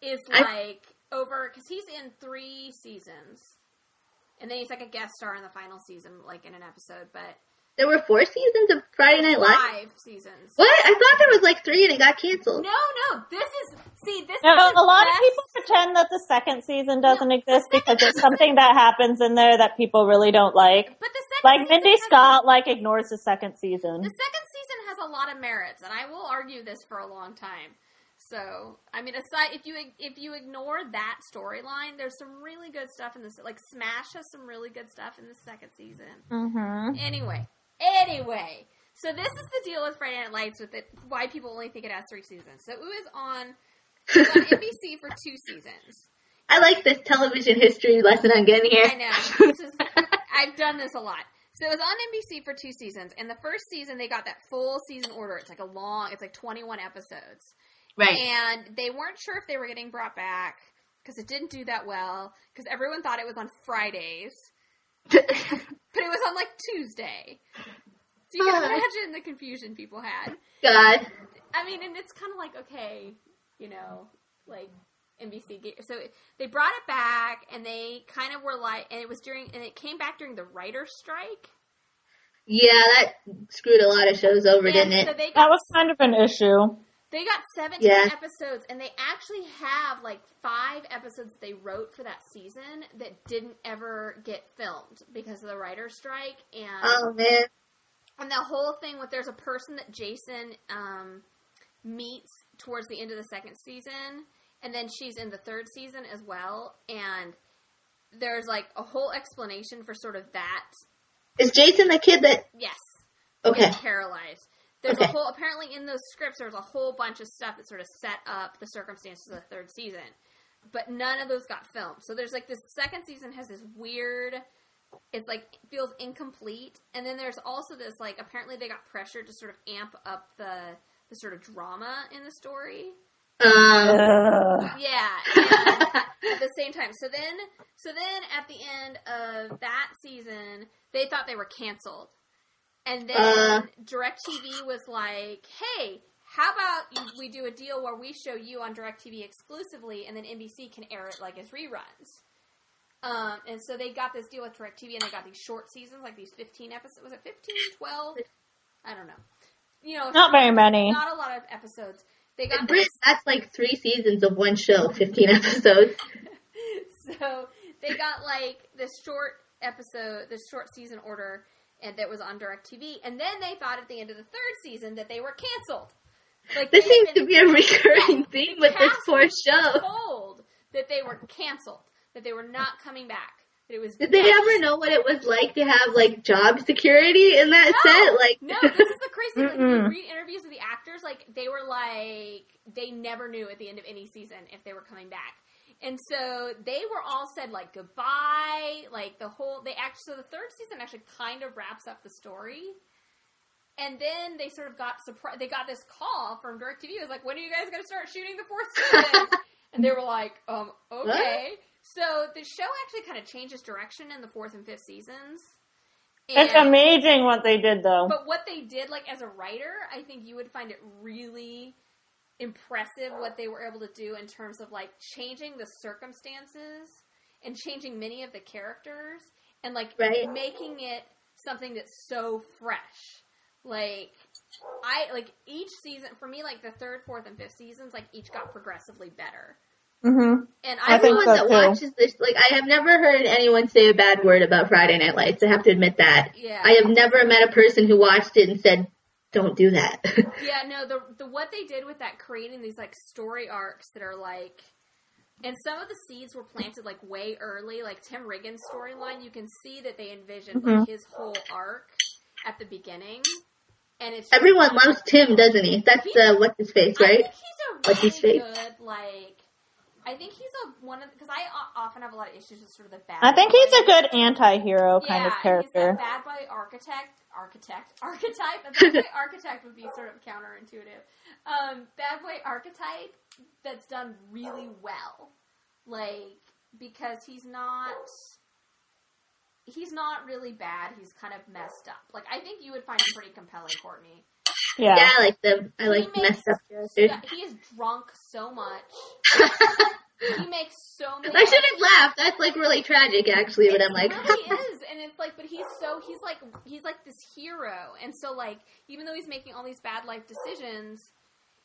Speaker 2: is
Speaker 3: I-
Speaker 2: like over because he's in three seasons, and then he's like a guest star in the final season, like in an episode, but
Speaker 3: There were four seasons of Friday Night Live.
Speaker 2: five seasons.
Speaker 3: What? I thought there was like three and it got canceled.
Speaker 2: No, no. This is see. This
Speaker 4: Now,
Speaker 2: is the
Speaker 4: a lot of
Speaker 2: best-
Speaker 4: people pretend that the second season doesn't exist because there's something that happens in there that people really don't like.
Speaker 2: But the second
Speaker 4: Like
Speaker 2: season
Speaker 4: Mindy
Speaker 2: has-
Speaker 4: Scott, like ignores the second season.
Speaker 2: The second season has a lot of merits, and I will argue this for a long time. So, I mean, aside if you if you ignore that storyline, there's some really good stuff in this. Like Smash has some really good stuff in the second season.
Speaker 4: Mm-hmm.
Speaker 2: Anyway, anyway, so this is the deal with Friday Night Lights with it. Why people only think it has three seasons. So it was on, it was on NBC for two seasons.
Speaker 3: I like this television history lesson I'm getting here.
Speaker 2: I know. This is, I've done this a lot. So it was on NBC for two seasons, and the first season they got that full season order. It's like a long, it's like 21 episodes.
Speaker 3: Right.
Speaker 2: And they weren't sure if they were getting brought back because it didn't do that well because everyone thought it was on Fridays, but it was on like Tuesday. So you can
Speaker 3: Ah.
Speaker 2: imagine the confusion people had.
Speaker 3: God.
Speaker 2: I mean, and it's kind of like okay, you know, like NBC. ga- So they brought it back, and they kind of were like, and it was during, and it came back during the writer's strike.
Speaker 3: Yeah, that screwed a lot of shows over, didn't
Speaker 2: And so
Speaker 3: it?
Speaker 2: they
Speaker 4: That
Speaker 2: got
Speaker 4: was kind of an issue.
Speaker 2: they got seventeen
Speaker 3: Yeah.
Speaker 2: episodes, and they actually have like five episodes they wrote for that season that didn't ever get filmed because of the writer's strike, and
Speaker 3: Oh man.
Speaker 2: and the whole thing with there's a person that Jason um, meets towards the end of the second season, and then she's in the third season as well, and there's like a whole explanation for sort of that.
Speaker 3: Is Jason the kid that
Speaker 2: Yes,
Speaker 3: Okay.
Speaker 2: He's paralyzed. There's a
Speaker 3: Okay.
Speaker 2: whole apparently in those scripts there's a whole bunch of stuff that sort of set up the circumstances of the third season, but none of those got filmed. So there's like this second season has this weird it's like feels incomplete and then there's also this like apparently they got pressured to sort of amp up the the sort of drama in the story
Speaker 3: Um
Speaker 4: Uh. Ugh.
Speaker 2: yeah and at the same time so then so then at the end of that season they thought they were canceled and then
Speaker 3: Uh.
Speaker 2: directv was like hey how about you- we do a deal where we show you on directv exclusively and then nbc can air it like as reruns um, and so they got this deal with DirecTV and they got these short seasons, like these 15 episodes. Was it 15, 12? I don't know. You know,
Speaker 4: Not very many.
Speaker 2: not a lot of episodes. They got
Speaker 3: Brit,
Speaker 2: this-
Speaker 3: that's like three seasons of one show, fifteen episodes.
Speaker 2: so they got like this short episode, this short season order, and that was on DirecTV. And then they thought at the end of the third season that they were canceled. Like
Speaker 3: This
Speaker 2: they had
Speaker 3: seems to
Speaker 2: been
Speaker 3: be a recurring theme with this poor show.
Speaker 2: told that they were canceled, that they were not coming back, that it was.
Speaker 3: Did they
Speaker 2: death.
Speaker 3: ever know what it was like to have like job security in that set? Like
Speaker 2: no, this is the crazy thing. Like, when
Speaker 4: Mm-mm.
Speaker 2: you read interviews with the actors, like they were like they never knew at the end of any season if they were coming back. And so they were all said like goodbye, like the whole they actually so the third season actually kind of wraps up the story. And then they sort of got surprised. They got this call from DirecTV. It was like, "When are you guys going to start shooting the fourth season?" and they were like, "Um, okay." So the show actually kind of changes direction in the fourth and fifth seasons.
Speaker 4: It's
Speaker 2: And-
Speaker 4: amazing what they did though.
Speaker 2: but what they did, like as a writer, I think you would find it really impressive what they were able to do in terms of like changing the circumstances and changing many of the characters and like
Speaker 3: Right.
Speaker 2: making it something that's so fresh. Like I like each season for me, like the third, fourth, and fifth seasons, like each got progressively better.
Speaker 4: Mm-hmm.
Speaker 2: And
Speaker 4: I
Speaker 2: I,
Speaker 4: think
Speaker 3: Everyone
Speaker 4: so,
Speaker 3: that
Speaker 4: too.
Speaker 3: watches this, like, I have never heard anyone say a bad word about Friday Night Lights. I have to admit that.
Speaker 2: yeah,
Speaker 3: I have never met a person who watched it and said, "Don't do that."
Speaker 2: yeah, no, the the what they did with that creating these like story arcs that are like, and some of the seeds were planted like way early, like Tim Riggins' storyline. You can see that they envisioned like his whole arc at the beginning, and it's just-
Speaker 3: Everyone loves Tim, doesn't he? That's uh, what's his face, right?
Speaker 2: I think
Speaker 3: Like
Speaker 2: he's
Speaker 3: his
Speaker 2: a really
Speaker 3: face.
Speaker 2: good like. I think he's a one of because I o- often have a lot of issues with sort of the bad.
Speaker 4: I think he's
Speaker 2: boy.
Speaker 4: a good anti-hero
Speaker 2: yeah,
Speaker 4: kind of
Speaker 2: He's a
Speaker 4: character.
Speaker 2: bad boy architect, architect, archetype. A bad boy architect would be sort of counterintuitive. Um, bad boy archetype that's done really well, like because he's not. He's not really bad. He's kind of messed up. Like I think you would find him pretty compelling, Courtney.
Speaker 4: Yeah.
Speaker 3: Yeah, I like them. I like
Speaker 2: He
Speaker 3: messed up characters.
Speaker 2: Yeah, he is drunk so much. he makes so many.
Speaker 3: I shouldn't laugh. That's like really tragic, actually. But I'm like,
Speaker 2: It really is, and it's like, but he's so he's like he's like this hero, and so like even though he's making all these bad life decisions,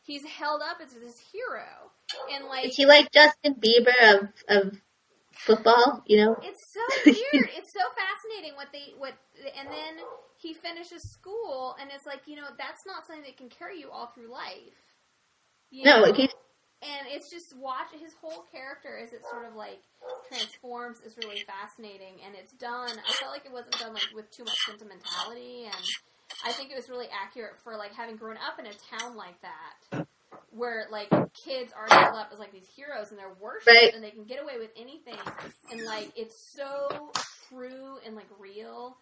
Speaker 2: he's held up as this hero, and like
Speaker 3: is he like Justin Bieber of of football? You know?
Speaker 2: it's so weird. it's so fascinating what they what, and then he finishes school, and it's like you know that's not something that can carry you all through life. You
Speaker 3: No,
Speaker 2: know?
Speaker 3: like, he's
Speaker 2: and it's just watch his whole character as it sort of like transforms is really fascinating and it's done i felt like it wasn't done like with too much sentimentality and i think it was really accurate for like having grown up in a town like that where like kids are held up as like these heroes and they're worshipped
Speaker 3: Right.
Speaker 2: and they can get away with anything and like it's so true and like real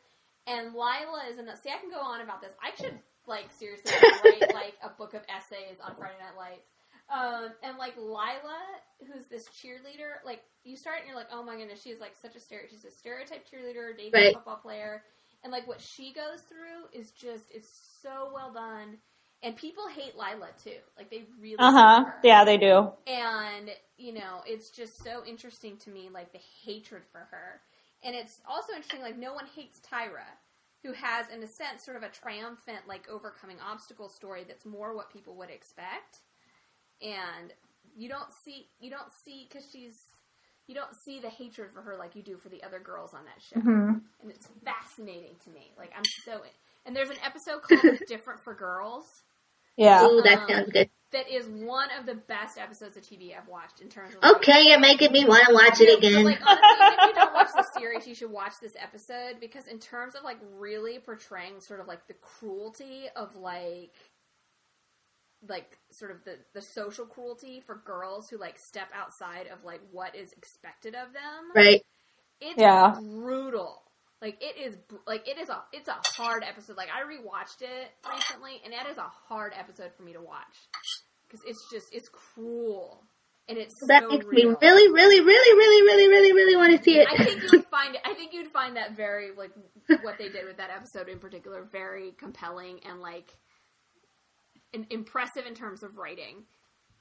Speaker 2: and Lila is another. See, I can go on about this. I should like seriously write like a book of essays on Friday Night Lights. Um, and like Lila, who's this cheerleader, like you start and you're like, oh my goodness, she's like such a stere- she's a stereotype cheerleader, dating a
Speaker 3: Right.
Speaker 2: football player, and like what she goes through is just it's so well done. And people hate Lila too, like they really
Speaker 4: Uh
Speaker 2: hate
Speaker 4: huh.
Speaker 2: her.
Speaker 4: Yeah, they do.
Speaker 2: And, you know, it's just so interesting to me, like the hatred for her. And it's also interesting, like, no one hates Tyra, who has, in a sense, sort of a triumphant, like, overcoming obstacle story that's more what people would expect. And you don't see, you don't see, because she's, you don't see the hatred for her like you do for the other girls on that show.
Speaker 4: Mhm.
Speaker 2: And it's fascinating to me. Like, I'm so, and there's an episode called It's Different for Girls
Speaker 4: Yeah.
Speaker 3: Ooh, that
Speaker 2: Um,
Speaker 3: sounds good.
Speaker 2: that is one of the best episodes of TV I've watched in terms of.
Speaker 3: Okay, you're making me want to watch it
Speaker 2: Like,
Speaker 3: again.
Speaker 2: like honestly, if you don't watch the series, you should watch this episode because in terms of like really portraying sort of like the cruelty of like like sort of the the social cruelty for girls who like step outside of like what is expected of them.
Speaker 3: Right?
Speaker 2: It's
Speaker 4: Yeah.
Speaker 2: brutal. Like it is, br- like it is a, it's a hard episode. Like I rewatched it recently, and that is a hard episode for me to watch because it's just, it's cruel, and it's
Speaker 3: That
Speaker 2: so
Speaker 3: makes me
Speaker 2: real.
Speaker 3: really, really, really, really, really, really, really want to see it.
Speaker 2: I think you would find it. I think you'd find that very like what they did with that episode in particular very compelling and like and impressive in terms of writing.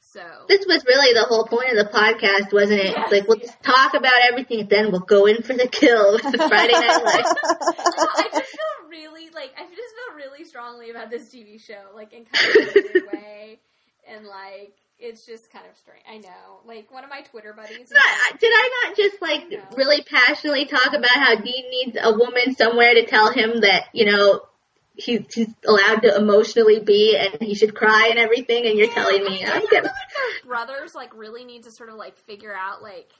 Speaker 2: So
Speaker 3: this was really the whole point of the podcast, wasn't it?
Speaker 2: Yes,
Speaker 3: It's like we'll
Speaker 2: yes.
Speaker 3: just talk about everything, then we'll go in for the kill with the Friday Night Lights.
Speaker 2: I just feel really like I just feel really strongly about this TV show, like in kind of a weird way, and like it's just kind of strange. I know, like one of my Twitter buddies.
Speaker 3: Not- I- Did I not just like
Speaker 2: No.
Speaker 3: really passionately talk about how Dean needs a woman somewhere to tell him that you know he's, he's allowed to emotionally be and he should cry and everything? And you're
Speaker 2: "Oh
Speaker 3: telling me I get
Speaker 2: brothers like really need to sort of like figure out like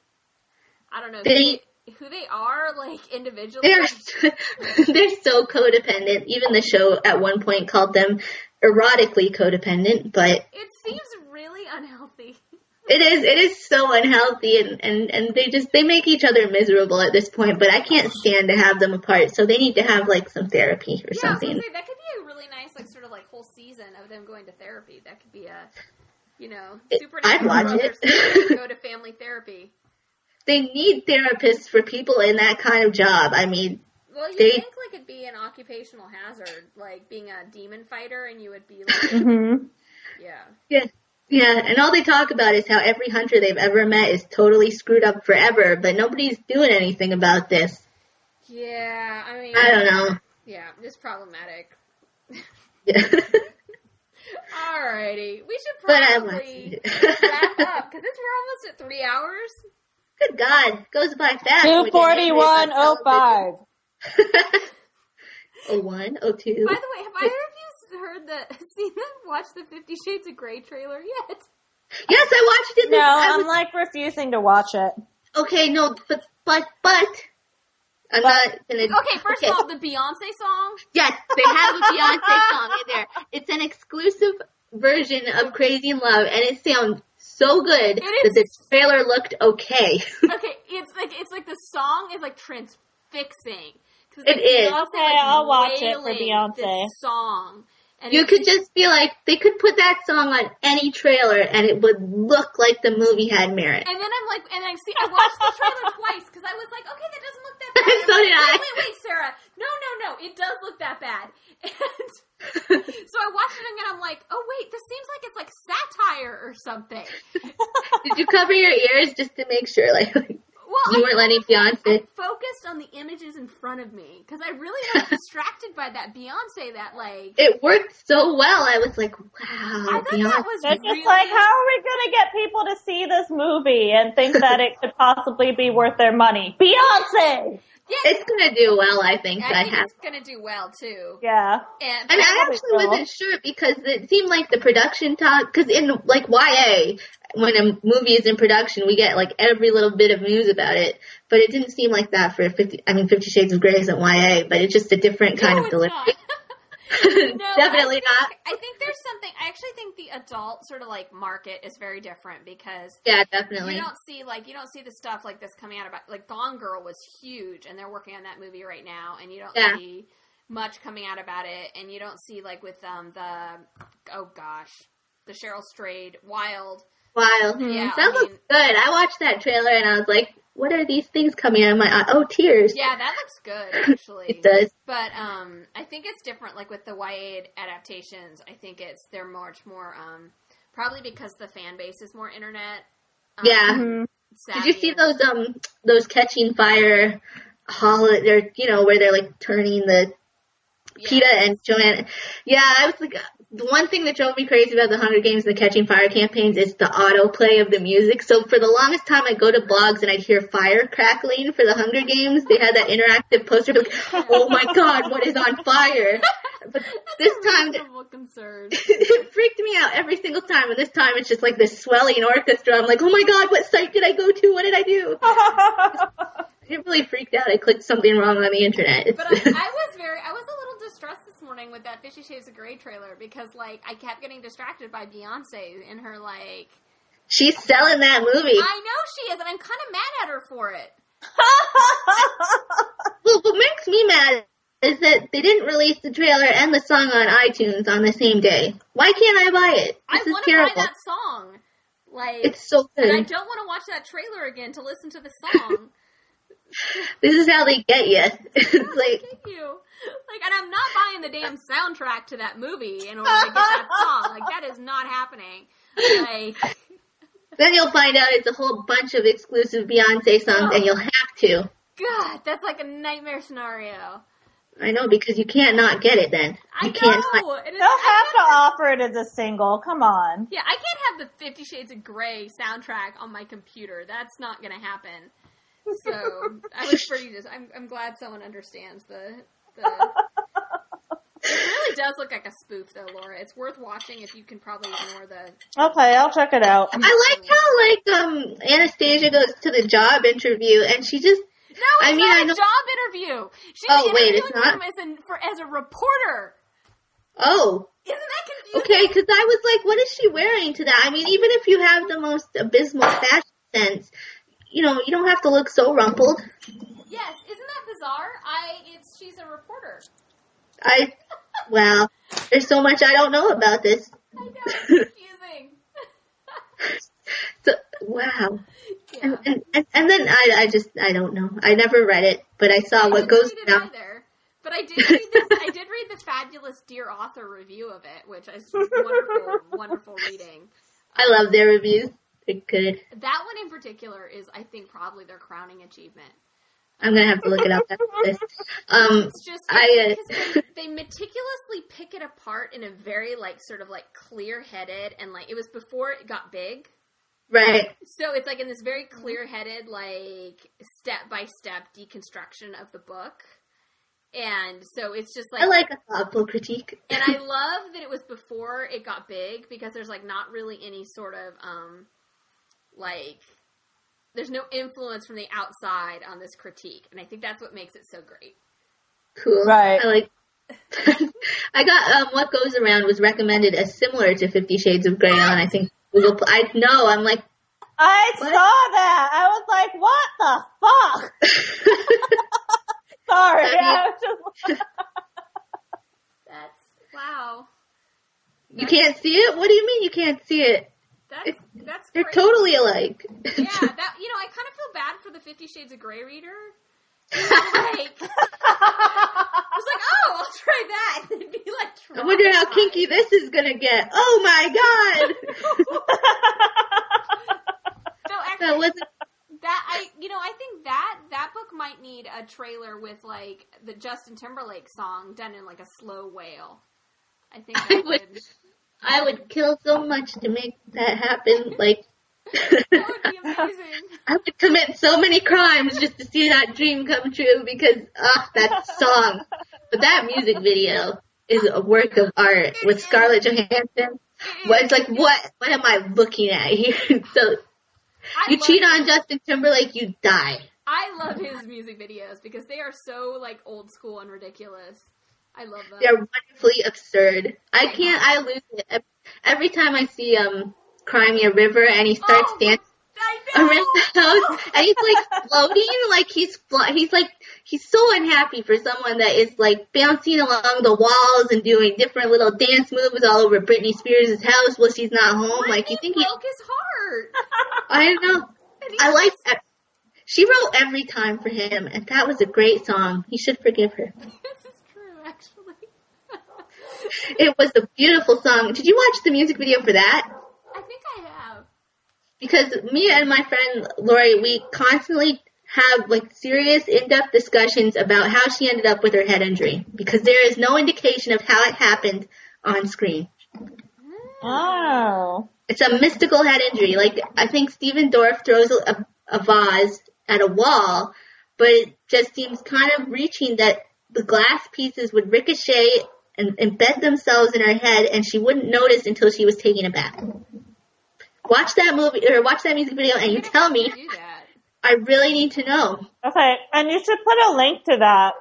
Speaker 2: I don't know
Speaker 3: They-
Speaker 2: who, who they are like individually.
Speaker 3: they're so- they're so codependent. Even the show at one point called them erotically codependent, but
Speaker 2: It seems really unhealthy.
Speaker 3: It is. It is so unhealthy, and and and they just they make each other miserable at this point. But I can't stand to have them apart, so they need to have like some therapy or
Speaker 2: Yeah, I was
Speaker 3: something.
Speaker 2: gonna say, that could be a really nice like sort of like whole season of them going to therapy. That could be a you know
Speaker 3: It-
Speaker 2: super.
Speaker 3: I'd watch it.
Speaker 2: go to family therapy.
Speaker 3: They need therapists for people in that kind of job. I mean,
Speaker 2: Well, you
Speaker 3: They-
Speaker 2: think like it'd be an occupational hazard, like being a demon fighter, and you would be like,
Speaker 4: Mhm.
Speaker 2: yeah,
Speaker 3: yeah, yeah. And all they talk about is how every hunter they've ever met is totally screwed up forever, but nobody's doing anything about this.
Speaker 2: yeah. I mean,
Speaker 3: I don't know.
Speaker 2: yeah, it's problematic.
Speaker 3: Yeah.
Speaker 2: Alrighty, we should
Speaker 3: But I
Speaker 2: probably
Speaker 3: laughed.
Speaker 2: wrap up because we're almost at three hours.
Speaker 3: Good God, goes by fast. when
Speaker 4: Two
Speaker 3: you're watching
Speaker 4: forty
Speaker 3: it
Speaker 4: one oh
Speaker 3: on
Speaker 4: five.
Speaker 3: television. Oh one, oh two.
Speaker 2: By the way, have either of you heard the seen them watch the Fifty Shades of Grey trailer yet?
Speaker 3: Yes, I watched it.
Speaker 4: No,
Speaker 3: This, I
Speaker 4: I'm
Speaker 3: was,
Speaker 4: like refusing to watch it.
Speaker 3: okay, no, but but but I'm not gonna.
Speaker 2: Okay, first of all, the Beyonce song.
Speaker 3: Yes, they have a Beyonce song in there. It's an exclusive version of Crazy in Love, and it sounds so
Speaker 2: It
Speaker 3: good that the trailer looked okay.
Speaker 2: Okay, it's like it's like the song is like transfixing. 'Cause
Speaker 3: It is.
Speaker 2: Beyonce,
Speaker 4: Okay, I'll watch it for
Speaker 2: wailing
Speaker 4: Beyonce.
Speaker 2: this song. And
Speaker 3: you
Speaker 2: it's-
Speaker 3: could just be like, they could put that song on any trailer, and it would look like the movie had merit.
Speaker 2: And then I'm like, and I see, I watched the trailer twice because I was like, okay, that doesn't look that bad.
Speaker 3: So
Speaker 2: I'm like,
Speaker 3: did I.
Speaker 2: Wait, wait, wait, Sarah. No, no, no, it does look that bad. And so I watched it and I'm like, oh wait, this seems like it's like satire or something.
Speaker 3: Did you cover your ears just to make sure, like,
Speaker 2: Well, I
Speaker 3: you weren't letting Beyonce?
Speaker 2: focused on the images in front of me because I really was distracted by that Beyonce. That like,
Speaker 3: It worked so well. I was like,
Speaker 2: I
Speaker 3: wow,
Speaker 2: thought that
Speaker 3: Beyonce.
Speaker 2: was
Speaker 4: They're
Speaker 2: really
Speaker 4: just like, how are we gonna get people to see this movie and think that it could possibly be worth their money? Beyonce!
Speaker 2: yeah.
Speaker 3: It's gonna do well, I think.
Speaker 2: I
Speaker 3: I
Speaker 2: think
Speaker 3: have.
Speaker 2: it's gonna do well too.
Speaker 4: Yeah.
Speaker 2: And
Speaker 3: And I
Speaker 4: Probably
Speaker 3: actually
Speaker 4: will.
Speaker 3: wasn't sure because it seemed like the production talk, because in like YA, when a movie is in production, we get like every little bit of news about it. But it didn't seem like that for 50, I mean, Fifty Shades of Grey isn't YA, but it's just a different kind
Speaker 2: no,
Speaker 3: of
Speaker 2: it's
Speaker 3: delivery.
Speaker 2: not. No,
Speaker 3: Definitely
Speaker 2: I think,
Speaker 3: not.
Speaker 2: I think there's something. I actually think the adult sort of like market is very different because
Speaker 3: Yeah,
Speaker 2: you
Speaker 3: definitely.
Speaker 2: don't see like you don't see the stuff like this coming out about like Gone Girl was huge and they're working on that movie right now and you don't
Speaker 3: Yeah.
Speaker 2: see much coming out about it and you don't see like with um the oh gosh the Cheryl Strayed Wild
Speaker 3: Wow.
Speaker 2: yeah I
Speaker 3: That looks
Speaker 2: mean,
Speaker 3: good. I watched that trailer and I was like, what are these things coming out of my eye? Oh, tears.
Speaker 2: yeah that looks good actually
Speaker 3: It does.
Speaker 2: But um, I think it's different. Like with the YA adaptations, I think it's they're much more um, probably because the fan base is more internet. Um,
Speaker 3: Yeah.
Speaker 4: Mhm.
Speaker 3: Did you
Speaker 2: savvy
Speaker 3: see
Speaker 2: and-
Speaker 3: those um those catching fire holiday? They're you know where they're like turning the
Speaker 2: yeah.
Speaker 3: Peta and Joanna. Yeah, I was like, the one thing that drove me crazy about the Hunger Games and the Catching Fire campaigns is the autoplay of the music. So for the longest time, I'd go to blogs and I'd hear fire crackling for the Hunger Games. They had that interactive poster, like, oh my god, what is on fire? But this time,
Speaker 2: Reasonable concern.
Speaker 3: it freaked me out every single time. And this time, it's just like this swelling orchestra. I'm like, oh my god, what site did I go to? What did I do? It really freaked out. I clicked something wrong on the internet. It's,
Speaker 2: But I, I was very, I was a little distressed this morning with that Fifty Shades of Grey trailer because like I kept getting distracted by Beyonce and her like.
Speaker 3: she's selling that movie.
Speaker 2: I know she is, and I'm kind of mad at her for it.
Speaker 3: Well, what makes me mad is that they didn't release the trailer and the song on iTunes on the same day. Why can't I buy it? This
Speaker 2: I
Speaker 3: is
Speaker 2: want to buy
Speaker 3: terrible.
Speaker 2: that song. Like
Speaker 3: It's so
Speaker 2: And I
Speaker 3: good.
Speaker 2: don't want to watch that trailer again to listen to the song.
Speaker 3: This is how they get you. it's like,
Speaker 2: Thank you. Like, and I'm not buying the damn soundtrack to that movie in order to get that song. Like, that is not happening. Like,
Speaker 3: then you'll find out it's a whole bunch of exclusive Beyonce songs and you'll have to.
Speaker 2: God, that's like a nightmare scenario.
Speaker 3: I know because you can't not get it then.
Speaker 2: I
Speaker 3: you can't not-
Speaker 2: know. It is,
Speaker 4: They'll
Speaker 2: I
Speaker 4: have to offer it as a single. Come on.
Speaker 2: yeah, I can't have the Fifty Shades of Grey soundtrack on my computer. That's not going to happen. So I was pretty just. I'm, I'm glad someone understands the. the it really does look like a spoof, though, Laura. It's worth watching if you can probably ignore the
Speaker 4: Okay, I'll check it out.
Speaker 3: I like how like um Anastasia goes to the job interview and she just
Speaker 2: No, it's
Speaker 3: I mean,
Speaker 2: not
Speaker 3: I
Speaker 2: a
Speaker 3: know-
Speaker 2: job interview. She's
Speaker 3: Oh, wait, it's
Speaker 2: interviewing
Speaker 3: not?
Speaker 2: him As a, for, as a reporter.
Speaker 3: oh
Speaker 2: Isn't that confusing?
Speaker 3: Okay, because I was like, what is she wearing to that? I mean, even if you have the most abysmal fashion sense, you know, you don't have to look so rumpled.
Speaker 2: Yes, isn't that bizarre? I it's she's a reporter.
Speaker 3: I, wow, there's so much I don't know about this.
Speaker 2: I know it's confusing.
Speaker 3: So, wow.
Speaker 2: yeah.
Speaker 3: And, and, and- and then I, I just, I don't know. I never read it, but I saw
Speaker 2: I didn't
Speaker 3: what goes
Speaker 2: read it
Speaker 3: down.
Speaker 2: either. But I did read the, I did read the fabulous dear author review of it, which is wonderful, wonderful reading.
Speaker 3: I love their reviews. They're good.
Speaker 2: That one in particular is, I think, probably their crowning achievement.
Speaker 3: I'm gonna have to look it up after this. Um,
Speaker 2: It's just
Speaker 3: I, uh,
Speaker 2: because they, they meticulously pick it apart in a very like sort of like clear headed and like it was before it got big.
Speaker 3: right.
Speaker 2: So it's like in this very
Speaker 3: Mm-hmm.
Speaker 2: clear headed like step by step deconstruction of the book. And so it's just
Speaker 3: I like a thoughtful critique.
Speaker 2: and I love that it was before it got big because there's like not really any sort of um like there's no influence from the outside on this critique and I think that's what makes it so great.
Speaker 3: Cool.
Speaker 4: Right.
Speaker 3: I like. I got um, what goes around was recommended as similar to Fifty Shades of Grey on I think Google. Pl- I know. I'm like,
Speaker 4: I
Speaker 3: What?
Speaker 4: saw that. I was like, what the fuck? Sorry. I was just
Speaker 2: That's wow.
Speaker 3: you can't see it. What do you mean you can't see it?
Speaker 2: That's that's
Speaker 3: They're
Speaker 2: great.
Speaker 3: totally alike.
Speaker 2: Yeah, that you know, I kind of feel bad for the 50 Shades of Grey reader. Like I was like, "Oh, I'll try that." And it'd be like
Speaker 3: I wonder how
Speaker 2: traumatized.
Speaker 3: kinky this is gonna get. Oh my god!
Speaker 2: No,
Speaker 3: That
Speaker 2: actually,
Speaker 3: wasn't
Speaker 2: That I, you know, I think that that book might need a trailer with like the Justin Timberlake song done in like a slow wail. I think
Speaker 3: I
Speaker 2: that would
Speaker 3: would- I would kill so much to make that happen. Like,
Speaker 2: that would be amazing.
Speaker 3: I would commit so many crimes just to see that dream come true because, ah, that song. But that music video is a work of art with Scarlett Johansson. What, it's like, what, what am I looking at here? so,
Speaker 2: I
Speaker 3: you
Speaker 2: love,
Speaker 3: cheat on Justin Timberlake, you die.
Speaker 2: I love his music videos because they are so like old school and ridiculous. I love them.
Speaker 3: They're wonderfully absurd. I can't, I lose it. Ev- Every time I see, um, Cry Me a River and he starts
Speaker 2: Oh,
Speaker 3: dancing
Speaker 2: I know.
Speaker 3: around the house, and he's like floating, like he's flo- he's like he's so unhappy for someone that is like bouncing along the walls and doing different little dance moves all over Britney Spears' house while she's not home. Like you think he,
Speaker 2: broke his heart.
Speaker 3: I don't know.
Speaker 2: And he
Speaker 3: I like that. She wrote every time for him, and that was a great song. He should forgive her.
Speaker 2: This is true, actually.
Speaker 3: It was a beautiful song. Did you watch the music video for that?
Speaker 2: I think I have.
Speaker 3: because me and my friend Lori, we constantly have like serious in-depth discussions about how she ended up with her head injury because there is no indication of how it happened on screen.
Speaker 4: Oh.
Speaker 3: It's a mystical head injury. Like I think Steven Dorff throws a, a vase at a wall, but it just seems kind of reaching that the glass pieces would ricochet and embed themselves in her head, and she wouldn't notice until she was taking a bath. Watch that movie or watch that music video, and you tell me.
Speaker 2: Do that.
Speaker 3: I really need to know.
Speaker 4: Okay. And you should put a link to that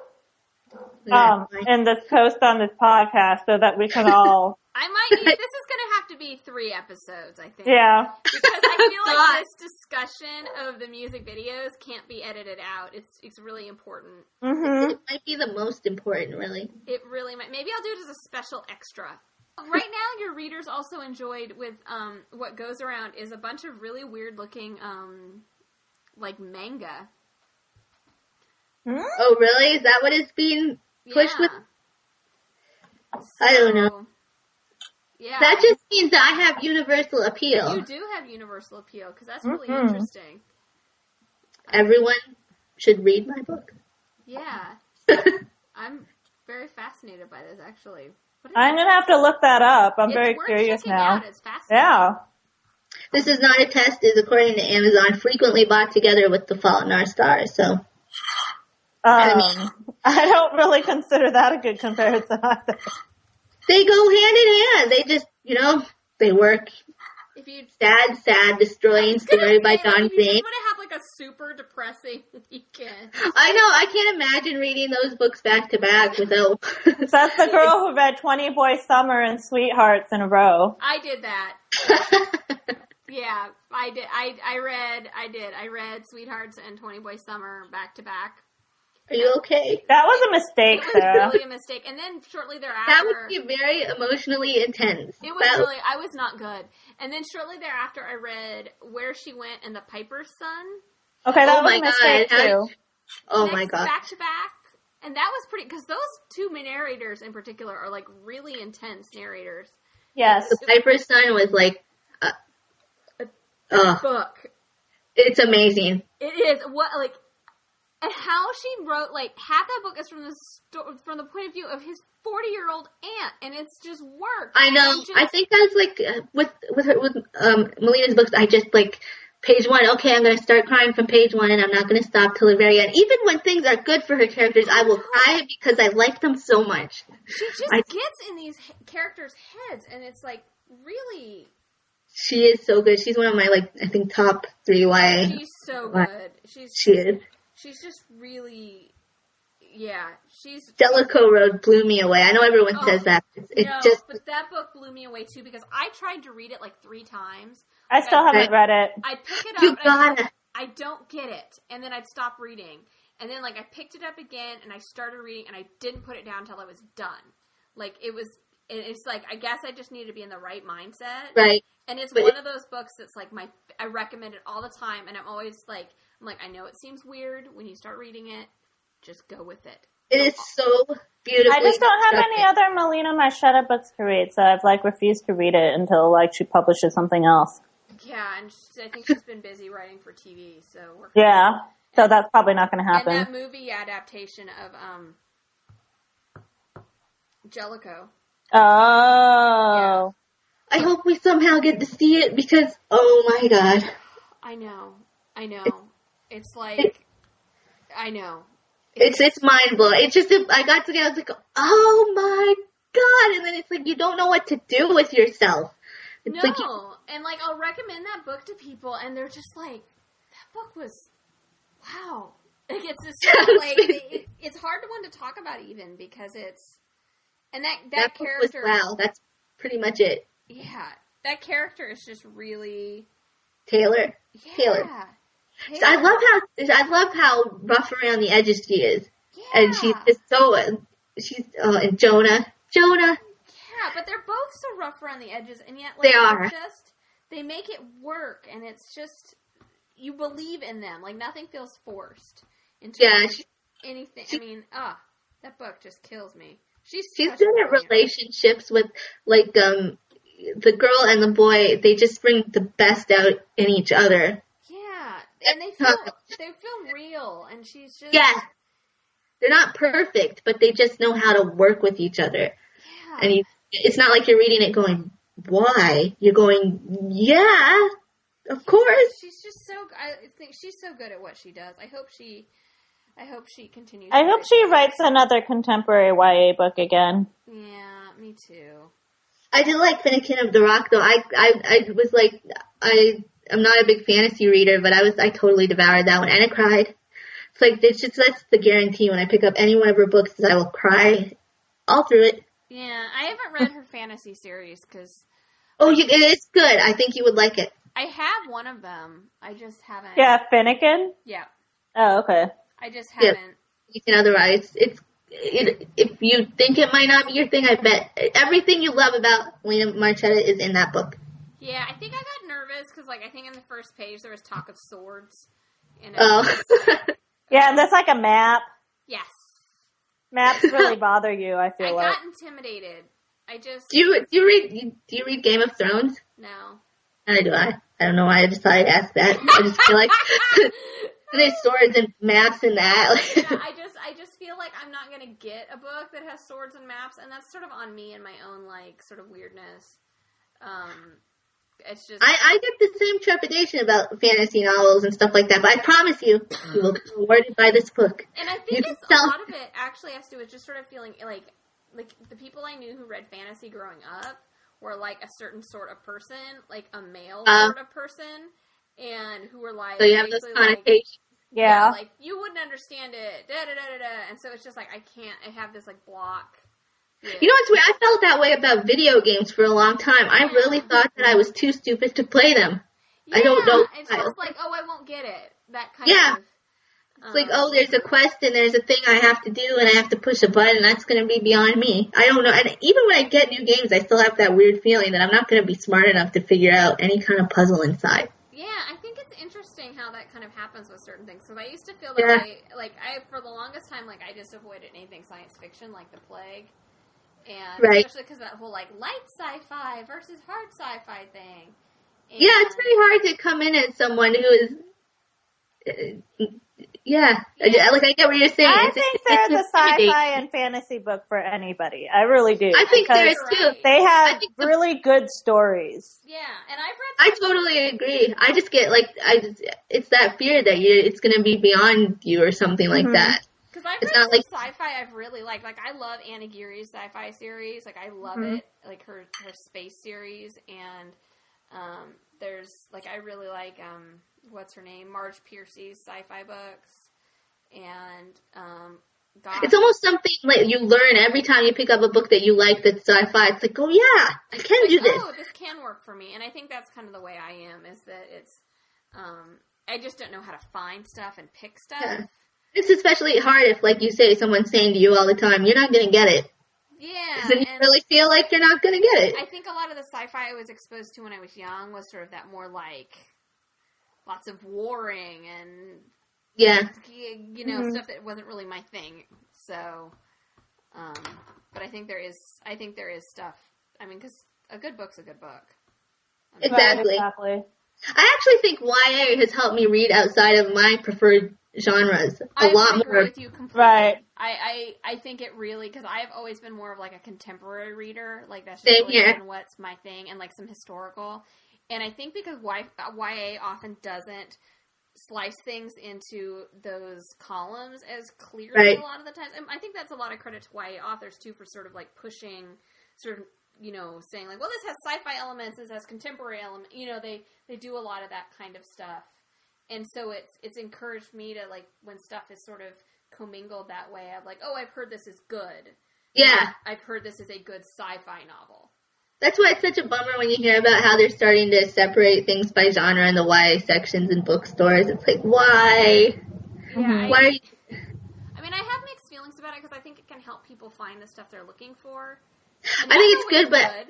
Speaker 4: um, in this post on this podcast so that we can all.
Speaker 2: I might. Need, this is going to have to be three episodes. I think.
Speaker 4: yeah.
Speaker 2: because I feel like this discussion of the music videos can't be edited out. It's it's really important.
Speaker 4: Mm-hmm.
Speaker 3: it might be the most important, really.
Speaker 2: It really might. Maybe I'll do it as a special extra. Right now, your readers also enjoyed with um, what goes around is a bunch of really weird looking um, like manga.
Speaker 4: Hmm?
Speaker 3: Oh, really? Is that what it's being? Push with- I don't know.
Speaker 2: Yeah,
Speaker 3: That just means that I have universal appeal.
Speaker 2: you do have universal appeal because that's really
Speaker 3: Mm-hmm.
Speaker 4: Mhm.
Speaker 2: interesting.
Speaker 3: Everyone should read my book.
Speaker 2: Yeah, I'm very fascinated by this actually. What is
Speaker 4: I'm going to have to look that up. I'm
Speaker 2: It's
Speaker 4: very
Speaker 2: worth
Speaker 4: curious
Speaker 2: checking
Speaker 4: now.
Speaker 2: Out. It's fascinating.
Speaker 4: Yeah.
Speaker 3: This is not a test, is according to Amazon, frequently bought together with The Fault in Our Stars. So,
Speaker 4: Um, I don't really consider that a good comparison either.
Speaker 3: they go hand in hand. They just, you know, they work.
Speaker 2: If you
Speaker 3: Sad, sad, destroying story by Don
Speaker 2: Green. You
Speaker 3: Green.
Speaker 2: just want to have like a super depressing weekend.
Speaker 3: I know, I can't imagine reading those books back to back without.
Speaker 4: So that's the girl who read 20 Boy Summer and Sweethearts in a row.
Speaker 2: I did that. Yeah, I did. I I read. I did. I read Sweethearts and Twenty Boy Summer back to back.
Speaker 3: Are you okay?
Speaker 4: That was a
Speaker 2: It
Speaker 4: mistake,
Speaker 2: was
Speaker 4: Sarah.
Speaker 2: really a mistake. And then shortly thereafter,
Speaker 3: That would be very emotionally intense.
Speaker 2: It was
Speaker 3: That-
Speaker 2: really I was not good. And then shortly thereafter I read Where She Went and the Piper's Son.
Speaker 4: Okay, that
Speaker 3: Oh
Speaker 4: was
Speaker 3: my
Speaker 4: a mistake
Speaker 3: God,
Speaker 4: too.
Speaker 3: oh
Speaker 2: next
Speaker 3: my god.
Speaker 2: Back to back. And that was pretty cuz those two narrators in particular are like really intense narrators.
Speaker 4: Yes.
Speaker 3: The Piper's Son was like, uh, uh,
Speaker 2: Book.
Speaker 3: it's amazing.
Speaker 2: It is what like and how she wrote like half that book is from the sto- from the point of view of his forty year old aunt, and it's just work.
Speaker 3: I know.
Speaker 2: It's
Speaker 3: I
Speaker 2: just-
Speaker 3: think that's like uh, with with her, with um Melina's books. I just like page one. Okay, I'm gonna start crying from page one, and I'm not gonna stop till the very end. Even when things are good for her characters, I will cry because I like them so much.
Speaker 2: she just
Speaker 3: I-
Speaker 2: gets in these h- characters' heads, and it's like really
Speaker 3: She is so good. She's one of my like I think top three. Why
Speaker 2: she's so
Speaker 3: Right.
Speaker 2: good. She's
Speaker 3: she is.
Speaker 2: she's just really yeah. She's
Speaker 3: Delico Road blew me away. I know everyone
Speaker 2: Oh,
Speaker 3: says that. It's, it's
Speaker 2: no,
Speaker 3: just
Speaker 2: but that book blew me away too because I tried to read it like three times.
Speaker 4: I still haven't read it.
Speaker 2: I pick it up.
Speaker 3: you
Speaker 2: and I'm like,
Speaker 3: gotta.
Speaker 2: I don't get it. And then I'd stop reading. And then like I picked it up again and I started reading and I didn't put it down until I was done. Like it was it- it's like I guess I just need to be in the right mindset.
Speaker 3: Right.
Speaker 2: And it's
Speaker 3: But
Speaker 2: one
Speaker 3: it-
Speaker 2: of those books that's like my I recommend it all the time and I'm always like I'm like I know it seems weird when you start reading it, just go with it.
Speaker 3: It is so beautiful.
Speaker 4: I just don't have any other Melina Marchetta books to read, so I've like refused to read it until like she publishes something else.
Speaker 2: Yeah, and she, I think she's been busy writing for TV, so we're
Speaker 4: Yeah. So that's probably not going to
Speaker 2: And
Speaker 4: happen.
Speaker 2: that movie adaptation of um Jellicoe.
Speaker 4: oh.
Speaker 3: I hope we somehow get to see it because oh my god.
Speaker 2: I know. I know. It's like I know.
Speaker 3: It's it's mind blowing. It's just I got to get. I was like, oh my god! And then it's like you don't know what to do with yourself. It's
Speaker 2: No.
Speaker 3: like you-
Speaker 2: and like I'll recommend that book to people and they're just like that book was wow. Like it's just sort of like it, it's hard to one to talk about even because it's and that that,
Speaker 3: that, book was
Speaker 2: character
Speaker 3: wow. That's pretty much it.
Speaker 2: yeah. That character is just really
Speaker 3: Taylor.
Speaker 2: yeah.
Speaker 3: Taylor. So I love how I love how rough around the edges she is,
Speaker 2: yeah.
Speaker 3: and she's just so she's oh and Jonah. Jonah.
Speaker 2: Yeah, but they're both so rough around the edges, and yet like,
Speaker 3: They
Speaker 2: they're
Speaker 3: are.
Speaker 2: just they make it work, and it's just you believe in them. Like nothing feels forced. Into
Speaker 3: Yeah, she,
Speaker 2: anything.
Speaker 3: she-
Speaker 2: I mean, ah, that book just kills me. She's
Speaker 3: she's
Speaker 2: such
Speaker 3: good
Speaker 2: a
Speaker 3: at
Speaker 2: brilliant-
Speaker 3: relationships with like um the girl and the boy. They just bring the best out in each other.
Speaker 2: Yeah, and they feel
Speaker 3: That's tough.
Speaker 2: they feel real, and she's just
Speaker 3: Yeah. They're not perfect, but they just know how to work with each other.
Speaker 2: yeah.
Speaker 3: And you, it's not like you're reading it going, why? You're going, yeah, of course.
Speaker 2: She's just so. I think she's so good at what she does. I hope she. I hope she continues.
Speaker 4: I
Speaker 2: to
Speaker 4: hope
Speaker 2: write
Speaker 4: she
Speaker 2: books.
Speaker 4: writes another contemporary YA book again.
Speaker 2: Yeah, me too.
Speaker 3: I did like Finnegan of the Rock though. I, I, I was like, I, I'm not a big fantasy reader, but I was, I totally devoured that one and I cried. It's like, it's just, that's the guarantee when I pick up any one of her books is I will cry all through it.
Speaker 2: Yeah, I haven't read her fantasy series because
Speaker 3: Oh, you, it's good. I think you would like it.
Speaker 2: I have one of them. I just haven't.
Speaker 4: Yeah, Finnegan.
Speaker 2: Yeah.
Speaker 4: Oh, okay.
Speaker 2: I just
Speaker 3: Yeah.
Speaker 2: haven't.
Speaker 3: you can otherwise. It's it, if you think it might not be your thing, I bet everything you love about Lena Marchetta is in that book.
Speaker 2: Yeah. I think I got nervous because, like, I think in the first page there was talk of swords. And I
Speaker 3: Oh,
Speaker 2: was like,
Speaker 4: Yeah, and there's like a map.
Speaker 2: yes.
Speaker 4: Maps really bother you, I feel
Speaker 2: I
Speaker 4: like.
Speaker 2: got intimidated. I just
Speaker 3: do you do you read you- do you read Game of Thrones?
Speaker 2: no.
Speaker 3: I do. I I don't know why I just thought I'd ask that. I just feel like
Speaker 2: Ah!
Speaker 3: there's swords and maps and that.
Speaker 2: yeah, I just I just feel like I'm not gonna get a book that has swords and maps, and that's sort of on me and my own like sort of weirdness. Um, it's just
Speaker 3: I, I get the same trepidation about fantasy novels and stuff like that, but I promise you, you will be rewarded by this book.
Speaker 2: And I
Speaker 3: You
Speaker 2: think
Speaker 3: can
Speaker 2: it's a
Speaker 3: tell-
Speaker 2: lot of it actually has to do with just sort of feeling like like the people I knew who read fantasy growing up were like a certain sort of person, like a male
Speaker 3: Uh.
Speaker 2: sort of person, and who were like
Speaker 3: So you have those
Speaker 2: basically, like,
Speaker 3: connotations.
Speaker 4: Yeah.
Speaker 2: like you wouldn't understand it, da da da da da. And so it's just like I can't. I have this like block. with-
Speaker 3: You know what's weird? I felt that way about video games for a long time. I really thought that I was too stupid to play them. I don't
Speaker 2: Yeah,
Speaker 3: know
Speaker 2: It's
Speaker 3: why.
Speaker 2: just like oh, I won't get it. That kind
Speaker 3: Yeah.
Speaker 2: of. um,
Speaker 3: It's like, oh, there's a quest and there's a thing I have to do and I have to push a button. That's going to be beyond me. I don't know. And even when I get new games, I still have that weird feeling that I'm not going to be smart enough to figure out any kind of puzzle inside.
Speaker 2: Yeah, I think it's interesting how that kind of happens with certain things. Because I used to feel that
Speaker 3: Yeah.
Speaker 2: I, like, I for the longest time, like, I just avoided anything science fiction, like the plague, and
Speaker 3: Right.
Speaker 2: especially because that whole like light sci-fi versus hard sci-fi thing. And
Speaker 3: Yeah, it's pretty hard to come in as someone who is, uh, Yeah, I ju- like I get what you're saying.
Speaker 4: I
Speaker 3: It's-
Speaker 4: think
Speaker 3: it's
Speaker 4: they're the
Speaker 3: intimidating.
Speaker 4: sci-fi and fantasy book for anybody. I really do.
Speaker 3: I think there
Speaker 4: because
Speaker 3: is too.
Speaker 4: they have
Speaker 3: I think the-
Speaker 4: really good stories.
Speaker 2: Yeah, and I've read.
Speaker 3: I totally agree. I just get like I just it's that fear that you it's gonna be beyond you or something like
Speaker 4: Mhm.
Speaker 3: that.
Speaker 2: Because I've
Speaker 3: It's
Speaker 2: read
Speaker 3: not
Speaker 2: some sci-fi I've really liked. Like I love Anna Geary's sci-fi series. Like I love
Speaker 3: Mm-hmm.
Speaker 4: Mhm.
Speaker 2: it. Like her her space series and um, there's like I really like um, what's her name Marge Piercy's sci-fi books and um, God.
Speaker 3: It's almost something like you learn every time you pick up a book that you like that's sci-fi. It's like, oh yeah, I can
Speaker 2: like,
Speaker 3: do this.
Speaker 2: Oh, this can work for me. And I think that's kind of the way I am. Is that it's um, I just don't know how to find stuff and pick stuff.
Speaker 3: Yeah. It's especially hard if, like you say, someone's saying to you all the time, "You're not gonna get it,"
Speaker 2: Yeah,
Speaker 3: then you
Speaker 2: and-
Speaker 3: really feel like you're not gonna get it.
Speaker 2: I think a lot of the sci-fi I was exposed to when I was young was sort of that more like lots of warring and
Speaker 3: yeah,
Speaker 2: you know
Speaker 3: Mm-hmm.
Speaker 4: Mhm.
Speaker 2: stuff that wasn't really my thing. So, um, but I think there is I think there is stuff. I mean, because a good book's a good book.
Speaker 4: Right,
Speaker 3: Exactly.
Speaker 4: exactly.
Speaker 3: I actually think YA has helped me read outside of my preferred genres a
Speaker 2: I
Speaker 3: lot
Speaker 2: agree
Speaker 3: more.
Speaker 2: with you completely.
Speaker 4: Right.
Speaker 2: I, I, I think it really because I've always been more of like a contemporary reader, like that's just
Speaker 3: Same
Speaker 2: really
Speaker 3: here.
Speaker 2: been what's my thing, and like some historical. And I think because y, YA often doesn't slice things into those columns as clearly
Speaker 3: Right.
Speaker 2: a lot of the times. And I think that's a lot of credit to YA authors too for sort of like pushing, sort of you know saying like, well, this has sci-fi elements, this has contemporary element. You know, they they do a lot of that kind of stuff and so it's it's encouraged me to like when stuff is sort of commingled that way i'm like oh i've heard this is good
Speaker 3: Yeah,
Speaker 2: i've heard this is a good sci-fi novel
Speaker 3: that's why it's such a bummer when you hear about how they're starting to separate things by genre in the YA sections in bookstores. It's like, why?
Speaker 2: yeah
Speaker 3: Why? Are you-
Speaker 2: i mean i have mixed feelings about it because i think it can help people find the stuff they're looking for
Speaker 3: I think it's good, but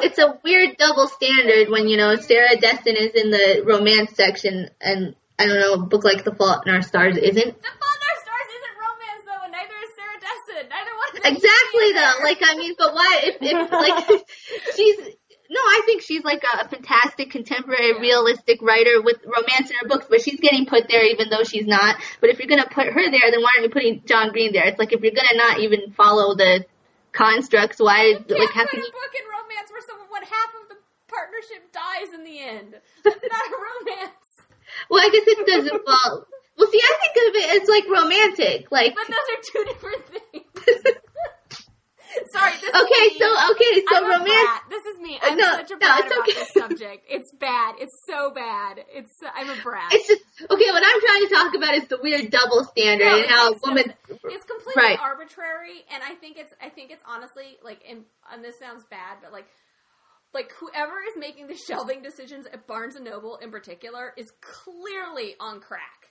Speaker 3: it's a weird double standard when you know Sarah Destin is in the romance section, and I don't know, a book like The Fault in Our Stars isn't.
Speaker 2: the Fault in Our Stars isn't romance though, and neither is Sarah Dessen. Neither one. of them is
Speaker 3: Exactly
Speaker 2: either.
Speaker 3: though. Like I mean, but why? If, if like she's no, I think she's like a, a fantastic contemporary
Speaker 2: Yeah.
Speaker 3: realistic writer with romance in her books, but she's getting put there even though she's not. But if you're gonna put her there, then why aren't you putting John Green there? It's like if you're gonna not even follow the constructs, why
Speaker 2: You
Speaker 3: like
Speaker 2: can't
Speaker 3: how
Speaker 2: put
Speaker 3: can
Speaker 2: a
Speaker 3: you?
Speaker 2: book in romance where someone one half of the partnership dies in the end. That's not a romance.
Speaker 3: Well, I guess it doesn't fall. Well, see, I think of it as like romantic, like.
Speaker 2: But those are two different things. Sorry. This
Speaker 3: Okay,
Speaker 2: is me.
Speaker 3: so okay, so
Speaker 2: I'm a
Speaker 3: romance.
Speaker 2: brat. This is me. I'm
Speaker 3: No,
Speaker 2: such a
Speaker 3: no,
Speaker 2: brat
Speaker 3: it's
Speaker 2: about
Speaker 3: okay.
Speaker 2: this subject. It's bad. It's so bad. It's I'm a brat.
Speaker 3: It's just okay. What I'm trying to talk about is the weird double standard
Speaker 2: No,
Speaker 3: and how a
Speaker 2: it's-
Speaker 3: woman.
Speaker 2: it's completely
Speaker 3: Right.
Speaker 2: arbitrary, and I think it's I think it's honestly like and, and this sounds bad, but like like whoever is making the shelving decisions at Barnes and Noble in particular is clearly on crack.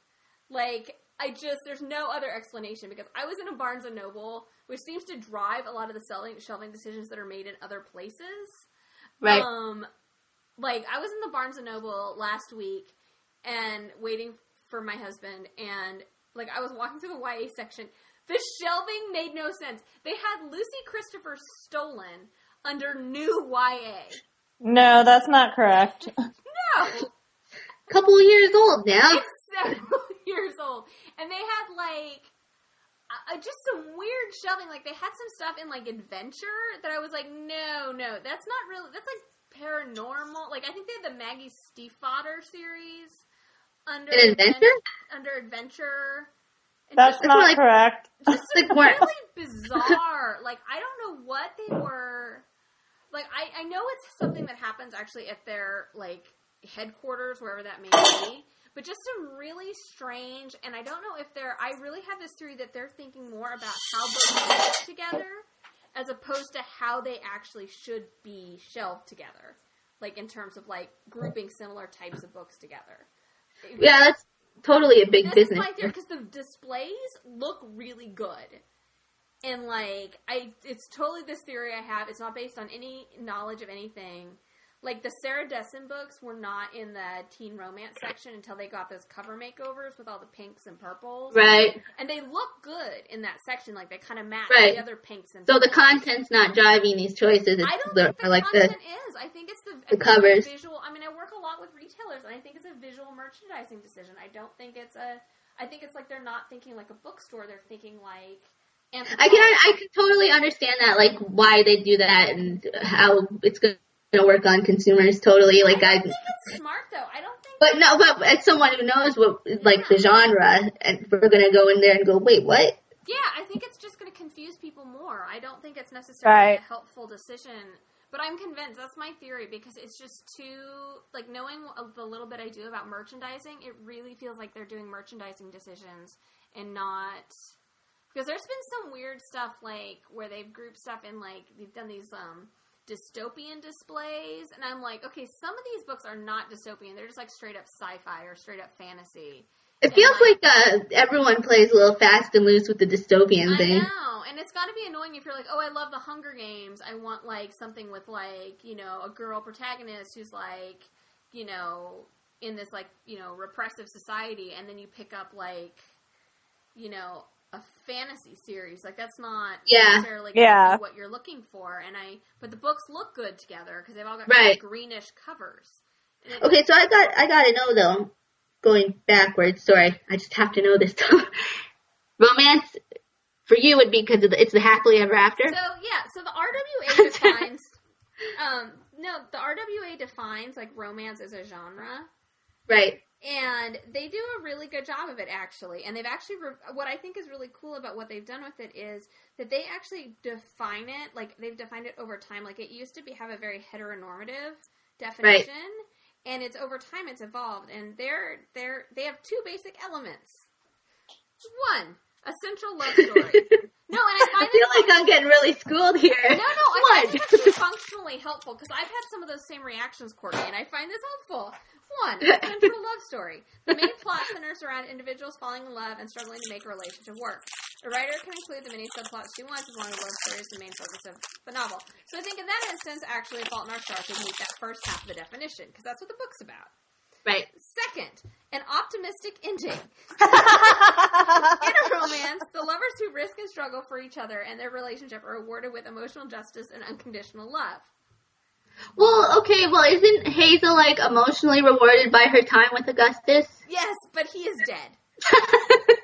Speaker 2: Like I just there's no other explanation because I was in a Barnes and Noble, which seems to drive a lot of the selling shelving decisions that are made in other places.
Speaker 3: Right.
Speaker 2: Um, like I was in the Barnes and Noble last week and waiting for my husband, and like I was walking through the YA section. The shelving made no sense. They had Lucy Christopher stolen under new YA.
Speaker 4: No, that's not correct.
Speaker 2: No,
Speaker 3: couple years old now.
Speaker 2: it's several years old, and they had like. Uh, just some weird shelving. Like they had some stuff in like adventure that I was like, no, no, that's not really. That's like paranormal. Like I think they had the Maggie Stiefvater series under
Speaker 3: An adventure?
Speaker 2: under adventure. And
Speaker 4: That's
Speaker 2: just-
Speaker 4: not
Speaker 3: like-
Speaker 4: correct.
Speaker 2: just
Speaker 3: Like,
Speaker 2: some
Speaker 3: what?
Speaker 2: really bizarre. Like I don't know what they were. Like I, I know it's something that happens actually at their like headquarters, wherever that may be. But just some really strange, and I don't know if they're. I really have this theory that they're thinking more about how books fit together as opposed to how they actually should be shelved together, like in terms of like grouping similar types of books together.
Speaker 3: Yeah, that's totally a big
Speaker 2: This is
Speaker 3: business.
Speaker 2: my theory because the displays look really good, and like I, it's totally this theory I have. It's not based on any knowledge of anything. Like the Sarah Dessen books were not in the teen romance section until they got those cover makeovers with all the pinks and purples,
Speaker 3: Right.
Speaker 2: and they look good in that section. Like they kind of match
Speaker 3: Right.
Speaker 2: the other pinks and.
Speaker 3: So the
Speaker 2: purples.
Speaker 3: content's not driving these choices. It's
Speaker 2: I don't
Speaker 3: the-
Speaker 2: think the
Speaker 3: like
Speaker 2: content
Speaker 3: the
Speaker 2: is. I think it's the, I
Speaker 3: the
Speaker 2: think it's
Speaker 3: covers.
Speaker 2: visual. I mean, I work a lot with retailers, and I think it's a visual merchandising decision. I don't think it's a I think it's like they're not thinking like a bookstore. They're thinking like.
Speaker 3: I can I can totally understand that, like why they do that and how it's going to work on consumers. Totally, like I.
Speaker 2: It's smart though. I don't think.
Speaker 3: But no, but as someone who knows what like the genre, and we're going to go in there and go, wait, what?
Speaker 2: Yeah, I think it's just going to confuse people more. I don't think it's necessarily a
Speaker 4: Right.
Speaker 2: helpful decision. But I'm convinced that's my theory because it's just too like knowing a- the little bit I do about merchandising, it really feels like they're doing merchandising decisions and not because there's been some weird stuff like where they've grouped stuff in like they've done these um dystopian displays and I'm like, okay, some of these books are not dystopian. They're just like straight up sci-fi or straight up fantasy.
Speaker 3: It feels like uh, everyone plays a little fast and loose with the dystopian
Speaker 2: I
Speaker 3: thing.
Speaker 2: know, and it's got to be annoying if you're like, oh, I love the Hunger Games. I want like something with like you know a girl protagonist who's like you know in this like you know repressive society, and then you pick up like you know a fantasy series. Like that's not
Speaker 3: Yeah.
Speaker 2: necessarily gonna
Speaker 4: Yeah.
Speaker 2: be what you're looking for. And I but the books look good together because they've all got
Speaker 3: Right.
Speaker 2: greenish covers. And it-
Speaker 3: Okay, so I got I got to know though. Going backwards, sorry, I just have to know this. Though. Romance for you would be because of the, it's the happily ever after.
Speaker 2: So yeah, so the RWA defines. um, no, the RWA defines like romance as a genre,
Speaker 3: Right.
Speaker 2: and they do a really good job of it actually. And they've actually re- what I think is really cool about what they've done with it is that they actually define it like they've defined it over time. Like it used to be have a very heteronormative definition. And it's over time it's evolved, and they're they're they have two basic elements. One, essential love story. no, and I
Speaker 3: I
Speaker 2: find this
Speaker 3: feel like I'm getting really schooled here.
Speaker 2: no, no, I find it actually functionally helpful because I've had some of those same reactions, Courtney, and I find this helpful. One, a central love story. The main plot centers around individuals falling in love and struggling to make a relationship work. The writer can include the many subplots she wants as long as love story is the main focus of the novel. So I think in that instance, actually, Fault in Our Stars would meet that first half of the definition because that's what the book's about.
Speaker 3: Right.
Speaker 2: Second, an optimistic ending. In a romance, the lovers who risk and struggle for each other and their relationship are rewarded with emotional justice and unconditional love.
Speaker 3: Well, okay, well, isn't Hazel, like, emotionally rewarded by her time with Augustus?
Speaker 2: Yes, but he is dead.
Speaker 3: but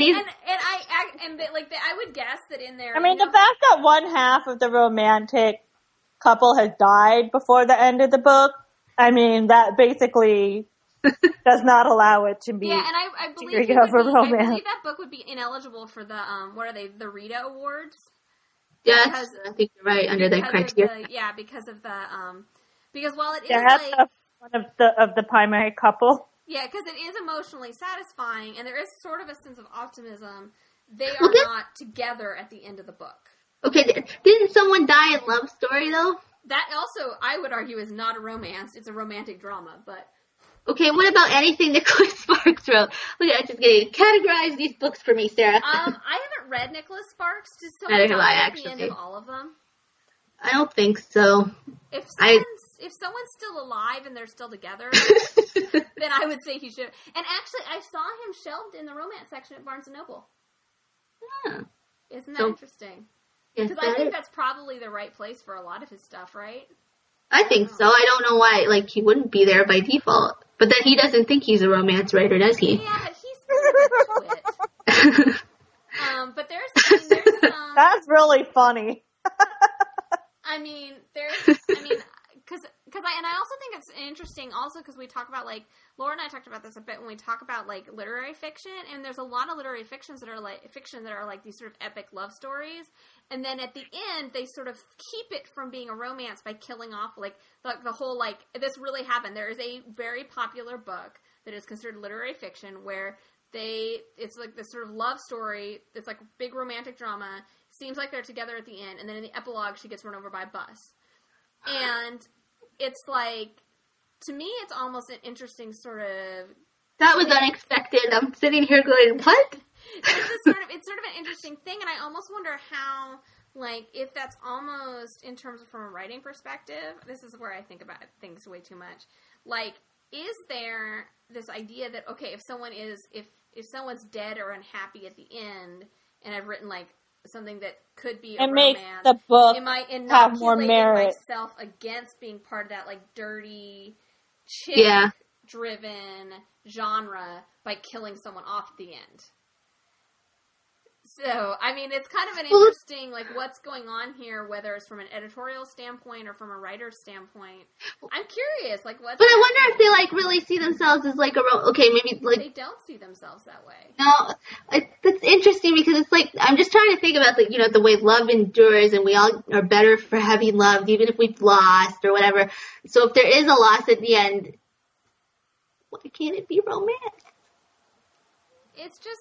Speaker 3: he's.
Speaker 2: And and I I- and they, like they, I would guess that in there.
Speaker 4: I mean, the fact that one half of the romantic couple has died before the end of the book, I mean, that basically does not allow it to be.
Speaker 2: Yeah, and I, I believe
Speaker 4: Degree
Speaker 2: he would
Speaker 4: of
Speaker 2: be-
Speaker 4: a
Speaker 2: I
Speaker 4: romance.
Speaker 2: believe that book would be ineligible for the um what are they the Rita Awards
Speaker 3: yes,
Speaker 2: because-
Speaker 3: I think you're right, under that
Speaker 2: Because of
Speaker 3: criteria.
Speaker 2: the- yeah, because of the um because while it is
Speaker 4: yeah, that's
Speaker 2: like
Speaker 4: the- one of the of the primary couple.
Speaker 2: Yeah, because it is emotionally satisfying, and there is sort of a sense of optimism. They are
Speaker 3: Well, this-
Speaker 2: not together at the end of the book.
Speaker 3: Okay, th- didn't someone die in Love Story, though?
Speaker 2: That also, I would argue, is not a romance. It's a romantic drama, but
Speaker 3: Okay, what about anything Nicholas Sparks wrote? Look, I'm just getting categorize these books for me, Sarah.
Speaker 2: um, I haven't read Nicholas Sparks. Does
Speaker 3: Neither
Speaker 2: someone
Speaker 3: have
Speaker 2: die
Speaker 3: I,
Speaker 2: at the end
Speaker 3: actually.
Speaker 2: of all of them?
Speaker 3: I don't think so.
Speaker 2: If
Speaker 3: I-
Speaker 2: someone's, if someone's still alive and they're still together, then I would say he should. And actually, I saw him shelved in the romance section at Barnes and Noble.
Speaker 3: Yeah.
Speaker 2: Isn't that
Speaker 3: So-
Speaker 2: interesting?
Speaker 3: Yes,
Speaker 2: Because I
Speaker 3: that
Speaker 2: think
Speaker 3: is-
Speaker 2: that's probably the right place for a lot of his stuff, right?
Speaker 3: I think so. I don't know why, like, he wouldn't be there by default. But then he doesn't think he's a romance writer, does he?
Speaker 2: Yeah, but he's still into it. Um, but there's, I mean, there's um,
Speaker 4: That's really funny.
Speaker 2: I mean, there's, I mean, because, because I, and I also think it's interesting also because we talk about like Laura and I talked about this a bit when we talk about like literary fiction, and there's a lot of literary fictions that are like fiction that are like these sort of epic love stories, and then at the end they sort of keep it from being a romance by killing off like the, the whole like this really happened. There is a very popular book that is considered literary fiction where they it's like this sort of love story it's like big romantic drama seems like they're together at the end and then in the epilogue she gets run over by a bus and it's like to me it's almost an interesting sort of
Speaker 3: That was unexpected. I'm sitting here going, what?
Speaker 2: it's this sort of it's sort of an interesting thing and i almost wonder how like if that's almost in terms of from a writing perspective this is where i think about things way too much like is there this idea that okay if someone is if if someone's dead or unhappy at the end and i've written like something that could be a
Speaker 4: It makes
Speaker 2: romance,
Speaker 4: the book
Speaker 2: am i
Speaker 4: have more
Speaker 2: inoculating
Speaker 4: merit.
Speaker 2: myself against being part of that like dirty chick
Speaker 3: Yeah.
Speaker 2: driven genre by killing someone off at the end. So, I mean, it's kind of an
Speaker 3: Well, it's-
Speaker 2: interesting, like, what's going on here, whether it's from an editorial standpoint or from a writer's standpoint. I'm curious, like, what's.
Speaker 3: But I wonder if they like really see themselves as like a ro- okay, maybe like
Speaker 2: they don't see themselves that way.
Speaker 3: No, it, that's interesting because it's like I'm just trying to think about the you know the way love endures and we all are better for having loved even if we've lost or whatever. So if there is a loss at the end, why can't it be romance?
Speaker 2: It's just.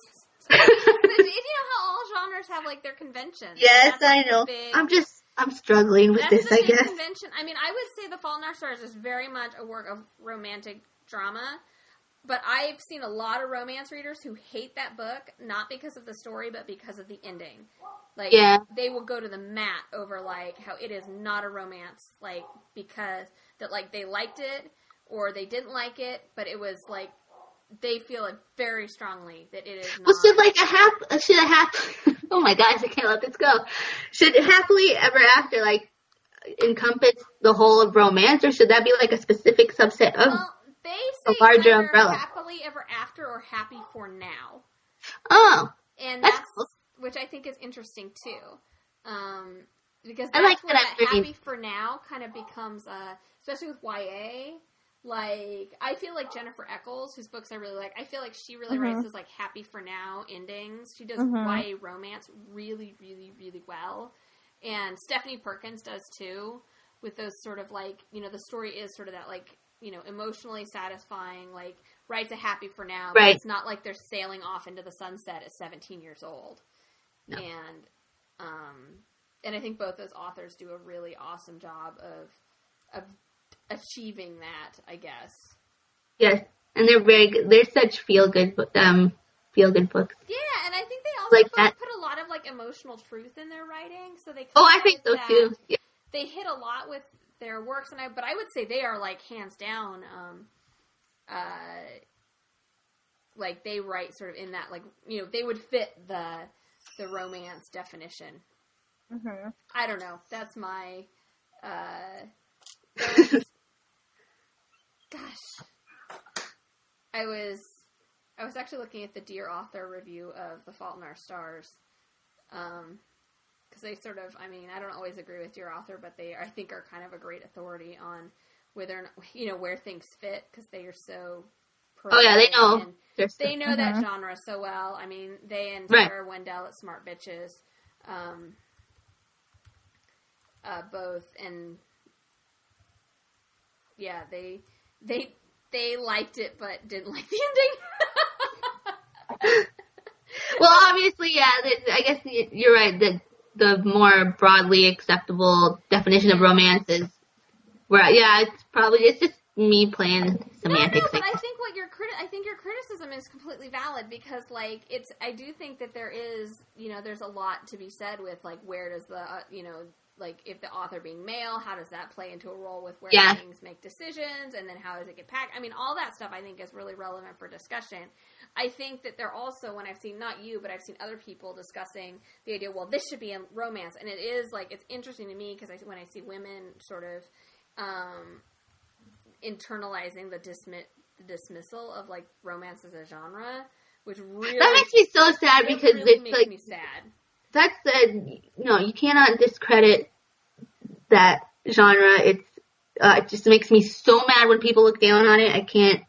Speaker 2: you know how all genres have, like, their conventions.
Speaker 3: Yes,
Speaker 2: That's,
Speaker 3: I
Speaker 2: like, the
Speaker 3: know.
Speaker 2: big-
Speaker 3: I'm just I'm struggling with
Speaker 2: That's
Speaker 3: this,
Speaker 2: the
Speaker 3: I
Speaker 2: big
Speaker 3: guess.
Speaker 2: Convention. I mean, I would say The Fault in Our Stars is very much a work of romantic drama, but I've seen a lot of romance readers who hate that book not because of the story, but because of the ending. Like,
Speaker 3: Yeah.
Speaker 2: they will go to the mat over like how it is not a romance, like because that like they liked it or they didn't like it, but it was like they feel it very strongly that it is.
Speaker 3: Well,
Speaker 2: not.
Speaker 3: should like a hap? Should a hap? oh my gosh, I can't let this go. Should happily ever after like encompass the whole of romance, or should that be like a specific subset of?
Speaker 2: well, they say
Speaker 3: larger
Speaker 2: either
Speaker 3: umbrella.
Speaker 2: happily ever after or happy for now.
Speaker 3: oh,
Speaker 2: and
Speaker 3: That's
Speaker 2: that's,
Speaker 3: cool.
Speaker 2: which I think is interesting too, um, because
Speaker 3: I
Speaker 2: that's
Speaker 3: like
Speaker 2: where
Speaker 3: that
Speaker 2: that
Speaker 3: idea.
Speaker 2: happy for now kind of becomes, uh, especially with YA. Like I feel like Jennifer Eccles, whose books I really like, I feel like she really
Speaker 3: Mm-hmm.
Speaker 4: Mhm.
Speaker 2: writes those like happy for now endings. She does
Speaker 4: Mhm.
Speaker 2: YA romance really, really, really well, and Stephanie Perkins does too. With those sort of like you know the story is sort of that like you know emotionally satisfying like writes a happy for now. but
Speaker 3: Right.
Speaker 2: It's not like they're sailing off into the sunset at 17 years old.
Speaker 3: No.
Speaker 2: And um, and I think both those authors do a really awesome job of of achieving that. I guess.
Speaker 3: Yes, and they're very good. They're such feel good um feel good books.
Speaker 2: Yeah, and I think they also
Speaker 3: Like
Speaker 2: put,
Speaker 3: that-
Speaker 2: put a lot of like emotional truth in their writing, so they.
Speaker 3: Oh,
Speaker 2: kind
Speaker 3: I
Speaker 2: of
Speaker 3: think
Speaker 2: did
Speaker 3: so
Speaker 2: that-
Speaker 3: too. Yeah.
Speaker 2: They hit a lot with their works, and I but I would say they are like hands down. Um, uh, like they write sort of in that like you know they would fit the the romance definition
Speaker 4: hmm
Speaker 2: I don't know. That's my. Uh, gosh, I was I was actually looking at the Dear Author review of The Fault in Our Stars, because they sort of. I mean, I don't always agree with Dear Author, but they I think are kind of a great authority on whether or not, you know where things fit because they are so.
Speaker 3: Oh, yeah, they
Speaker 2: prolific
Speaker 3: know.
Speaker 2: and-
Speaker 3: They're so-
Speaker 2: they know that genre so well. I mean, they and
Speaker 3: Right.
Speaker 2: Sarah Wendell at Smart Bitches, um, uh, both, and yeah, they they they liked it but didn't like the ending.
Speaker 3: well, obviously, yeah. that- I guess y- you're right. The the more broadly acceptable definition of romance is right. Yeah, it's probably it's just me playing
Speaker 2: No,
Speaker 3: semantics.
Speaker 2: but
Speaker 3: like-
Speaker 2: I think what your criti- I think your criticism is completely valid because like it's I do think that there is you know there's a lot to be said with like where does the uh, you know like if the author being male how does that play into a role with where
Speaker 3: Yeah.
Speaker 2: things make decisions and then how does it get packed I mean all that stuff I think is really relevant for discussion I think that they're also when I've seen not you but I've seen other people discussing the idea well this should be in romance and it is like it's interesting to me because I when I see women sort of um, internalizing the dismi- the dismissal of like romance as a genre, which really
Speaker 3: that makes me so sad
Speaker 2: it
Speaker 3: because
Speaker 2: really
Speaker 3: it's
Speaker 2: makes
Speaker 3: like
Speaker 2: me sad.
Speaker 3: that's the no. You cannot discredit that genre. It's uh, it just makes me so mad when people look down on it. I can't.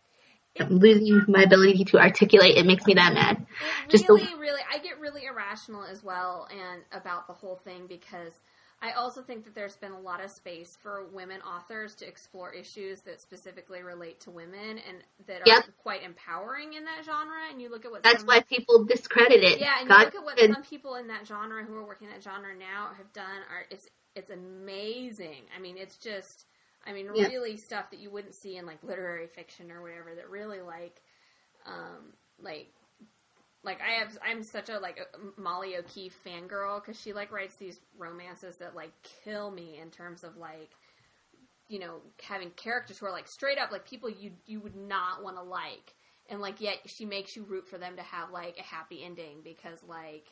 Speaker 3: I'm losing my ability to articulate. It makes me that mad.
Speaker 2: It
Speaker 3: Just the-
Speaker 2: really, really, I get really irrational as well, and about the whole thing because I also think that there's been a lot of space for women authors to explore issues that specifically relate to women and that are
Speaker 3: Yep.
Speaker 2: quite empowering in that genre. And you look at what
Speaker 3: That's
Speaker 2: some-
Speaker 3: why people discredit it.
Speaker 2: Yeah, and
Speaker 3: God
Speaker 2: you look at what
Speaker 3: forbid.
Speaker 2: some people in that genre who are working in that genre now have done. Are it's it's amazing. I mean, it's just, I mean,
Speaker 3: Yeah.
Speaker 2: really stuff that you wouldn't see in like literary fiction or whatever. That really like, um, like. Like I have, I'm such a like a Molly O'Keefe fangirl because she like writes these romances that like kill me in terms of like, you know, having characters who are like straight up like people you you would not want to like, and like yet she makes you root for them to have like a happy ending because like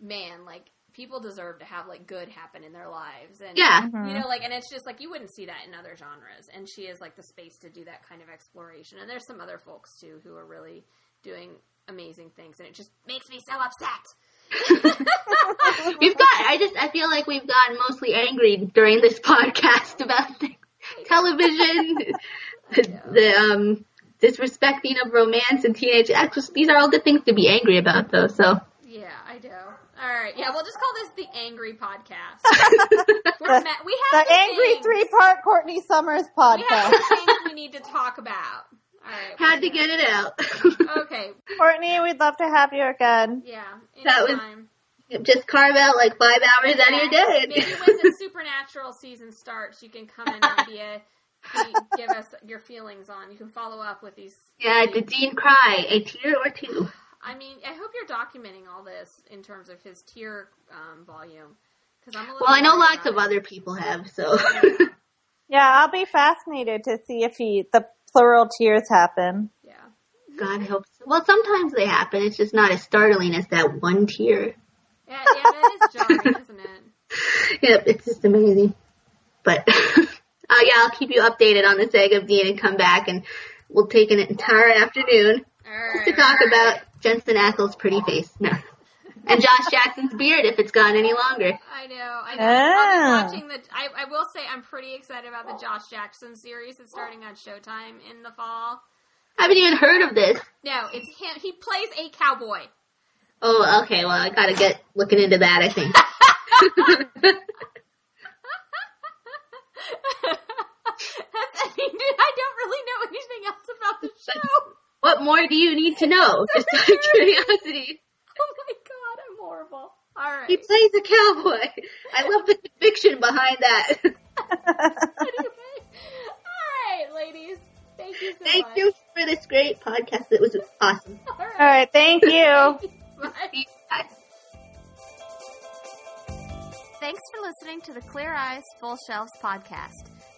Speaker 2: man, like people deserve to have like good happen in their lives and
Speaker 3: Yeah.
Speaker 4: mm-hmm. Uh-huh.
Speaker 2: you know like and it's just like you wouldn't see that in other genres and she is like the space to do that kind of exploration and there's some other folks too who are really doing amazing things and it just makes me so upset
Speaker 3: We've got. I just. I feel like we've gotten mostly angry during this podcast about things, television, the, the um, disrespecting of romance and teenage. Actually, these are all good things to be angry about, though. So
Speaker 2: yeah i do all right yeah we'll just call this the angry podcast We're ma- we have
Speaker 4: The
Speaker 2: some
Speaker 4: angry
Speaker 2: things-
Speaker 4: three part Courtney Summers
Speaker 2: we have
Speaker 4: podcast.
Speaker 2: some things we need to talk about all right
Speaker 3: had to get it out.
Speaker 2: okay
Speaker 4: Courtney, we'd love to have you again.
Speaker 2: yeah
Speaker 3: That was-
Speaker 2: anytime.
Speaker 3: just carve out like five hours out of your day.
Speaker 2: Maybe when the supernatural season starts, you can come in and be a, be- give us your feelings on. You can follow up with these.
Speaker 3: yeah, did Dean cry a tear or two?
Speaker 2: I mean, I hope you're documenting all this in terms of his tier um, volume. Because I'm a little
Speaker 3: Well, I know
Speaker 2: worried
Speaker 3: lots of
Speaker 2: about it.
Speaker 3: other people have. So
Speaker 4: Yeah, I'll be fascinated to see if he the plural tears happen.
Speaker 2: Yeah.
Speaker 3: God helps. Well, sometimes they happen. It's just not as startling as that one tear.
Speaker 2: Yeah, yeah, that is jarring, isn't it?
Speaker 3: Yep, it's just amazing. But uh, yeah, I'll keep you updated on the saga of Dean and come back, and we'll take an entire afternoon
Speaker 2: All
Speaker 3: just
Speaker 2: right.
Speaker 3: to talk about Jensen Ackles' pretty face. No. And Josh Jackson's beard, if it's gone any longer.
Speaker 2: I know. I know.
Speaker 4: Ah.
Speaker 2: I'll be watching the. I, I will say I'm pretty excited about the Josh Jackson series that's starting on Showtime in the fall.
Speaker 3: I haven't even heard of this.
Speaker 2: No, it's him. He plays a cowboy.
Speaker 3: Oh, okay. Well, I gotta get looking into that. I think.
Speaker 2: That's, I, mean, dude, I don't really know anything else about the show.
Speaker 3: What more do you need to know? Just out of curiosity.
Speaker 2: Oh my god, I'm horrible. All
Speaker 3: He
Speaker 2: right.
Speaker 3: plays a cowboy. I love the conviction behind that.
Speaker 2: Anyway. All right, ladies. Thank you so
Speaker 3: Thank
Speaker 2: much.
Speaker 3: you for this great podcast. It was awesome.
Speaker 2: All
Speaker 4: All
Speaker 2: right.
Speaker 4: right, thank you.
Speaker 2: Bye.
Speaker 3: Bye.
Speaker 2: Thanks for listening to the Clear Eyes Full Shelves podcast.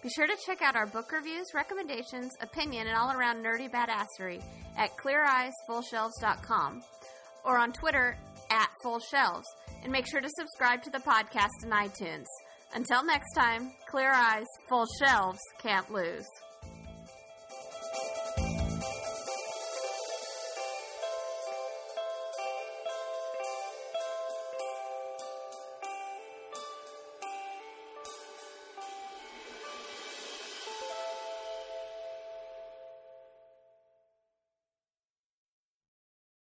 Speaker 2: Be sure to check out our book reviews, recommendations, opinion, and all around nerdy badassery at cleareyesfullshelves.com or on Twitter at Full Shelves. And make sure to subscribe to the podcast in iTunes. Until next time, Clear Eyes, Full Shelves, can't lose.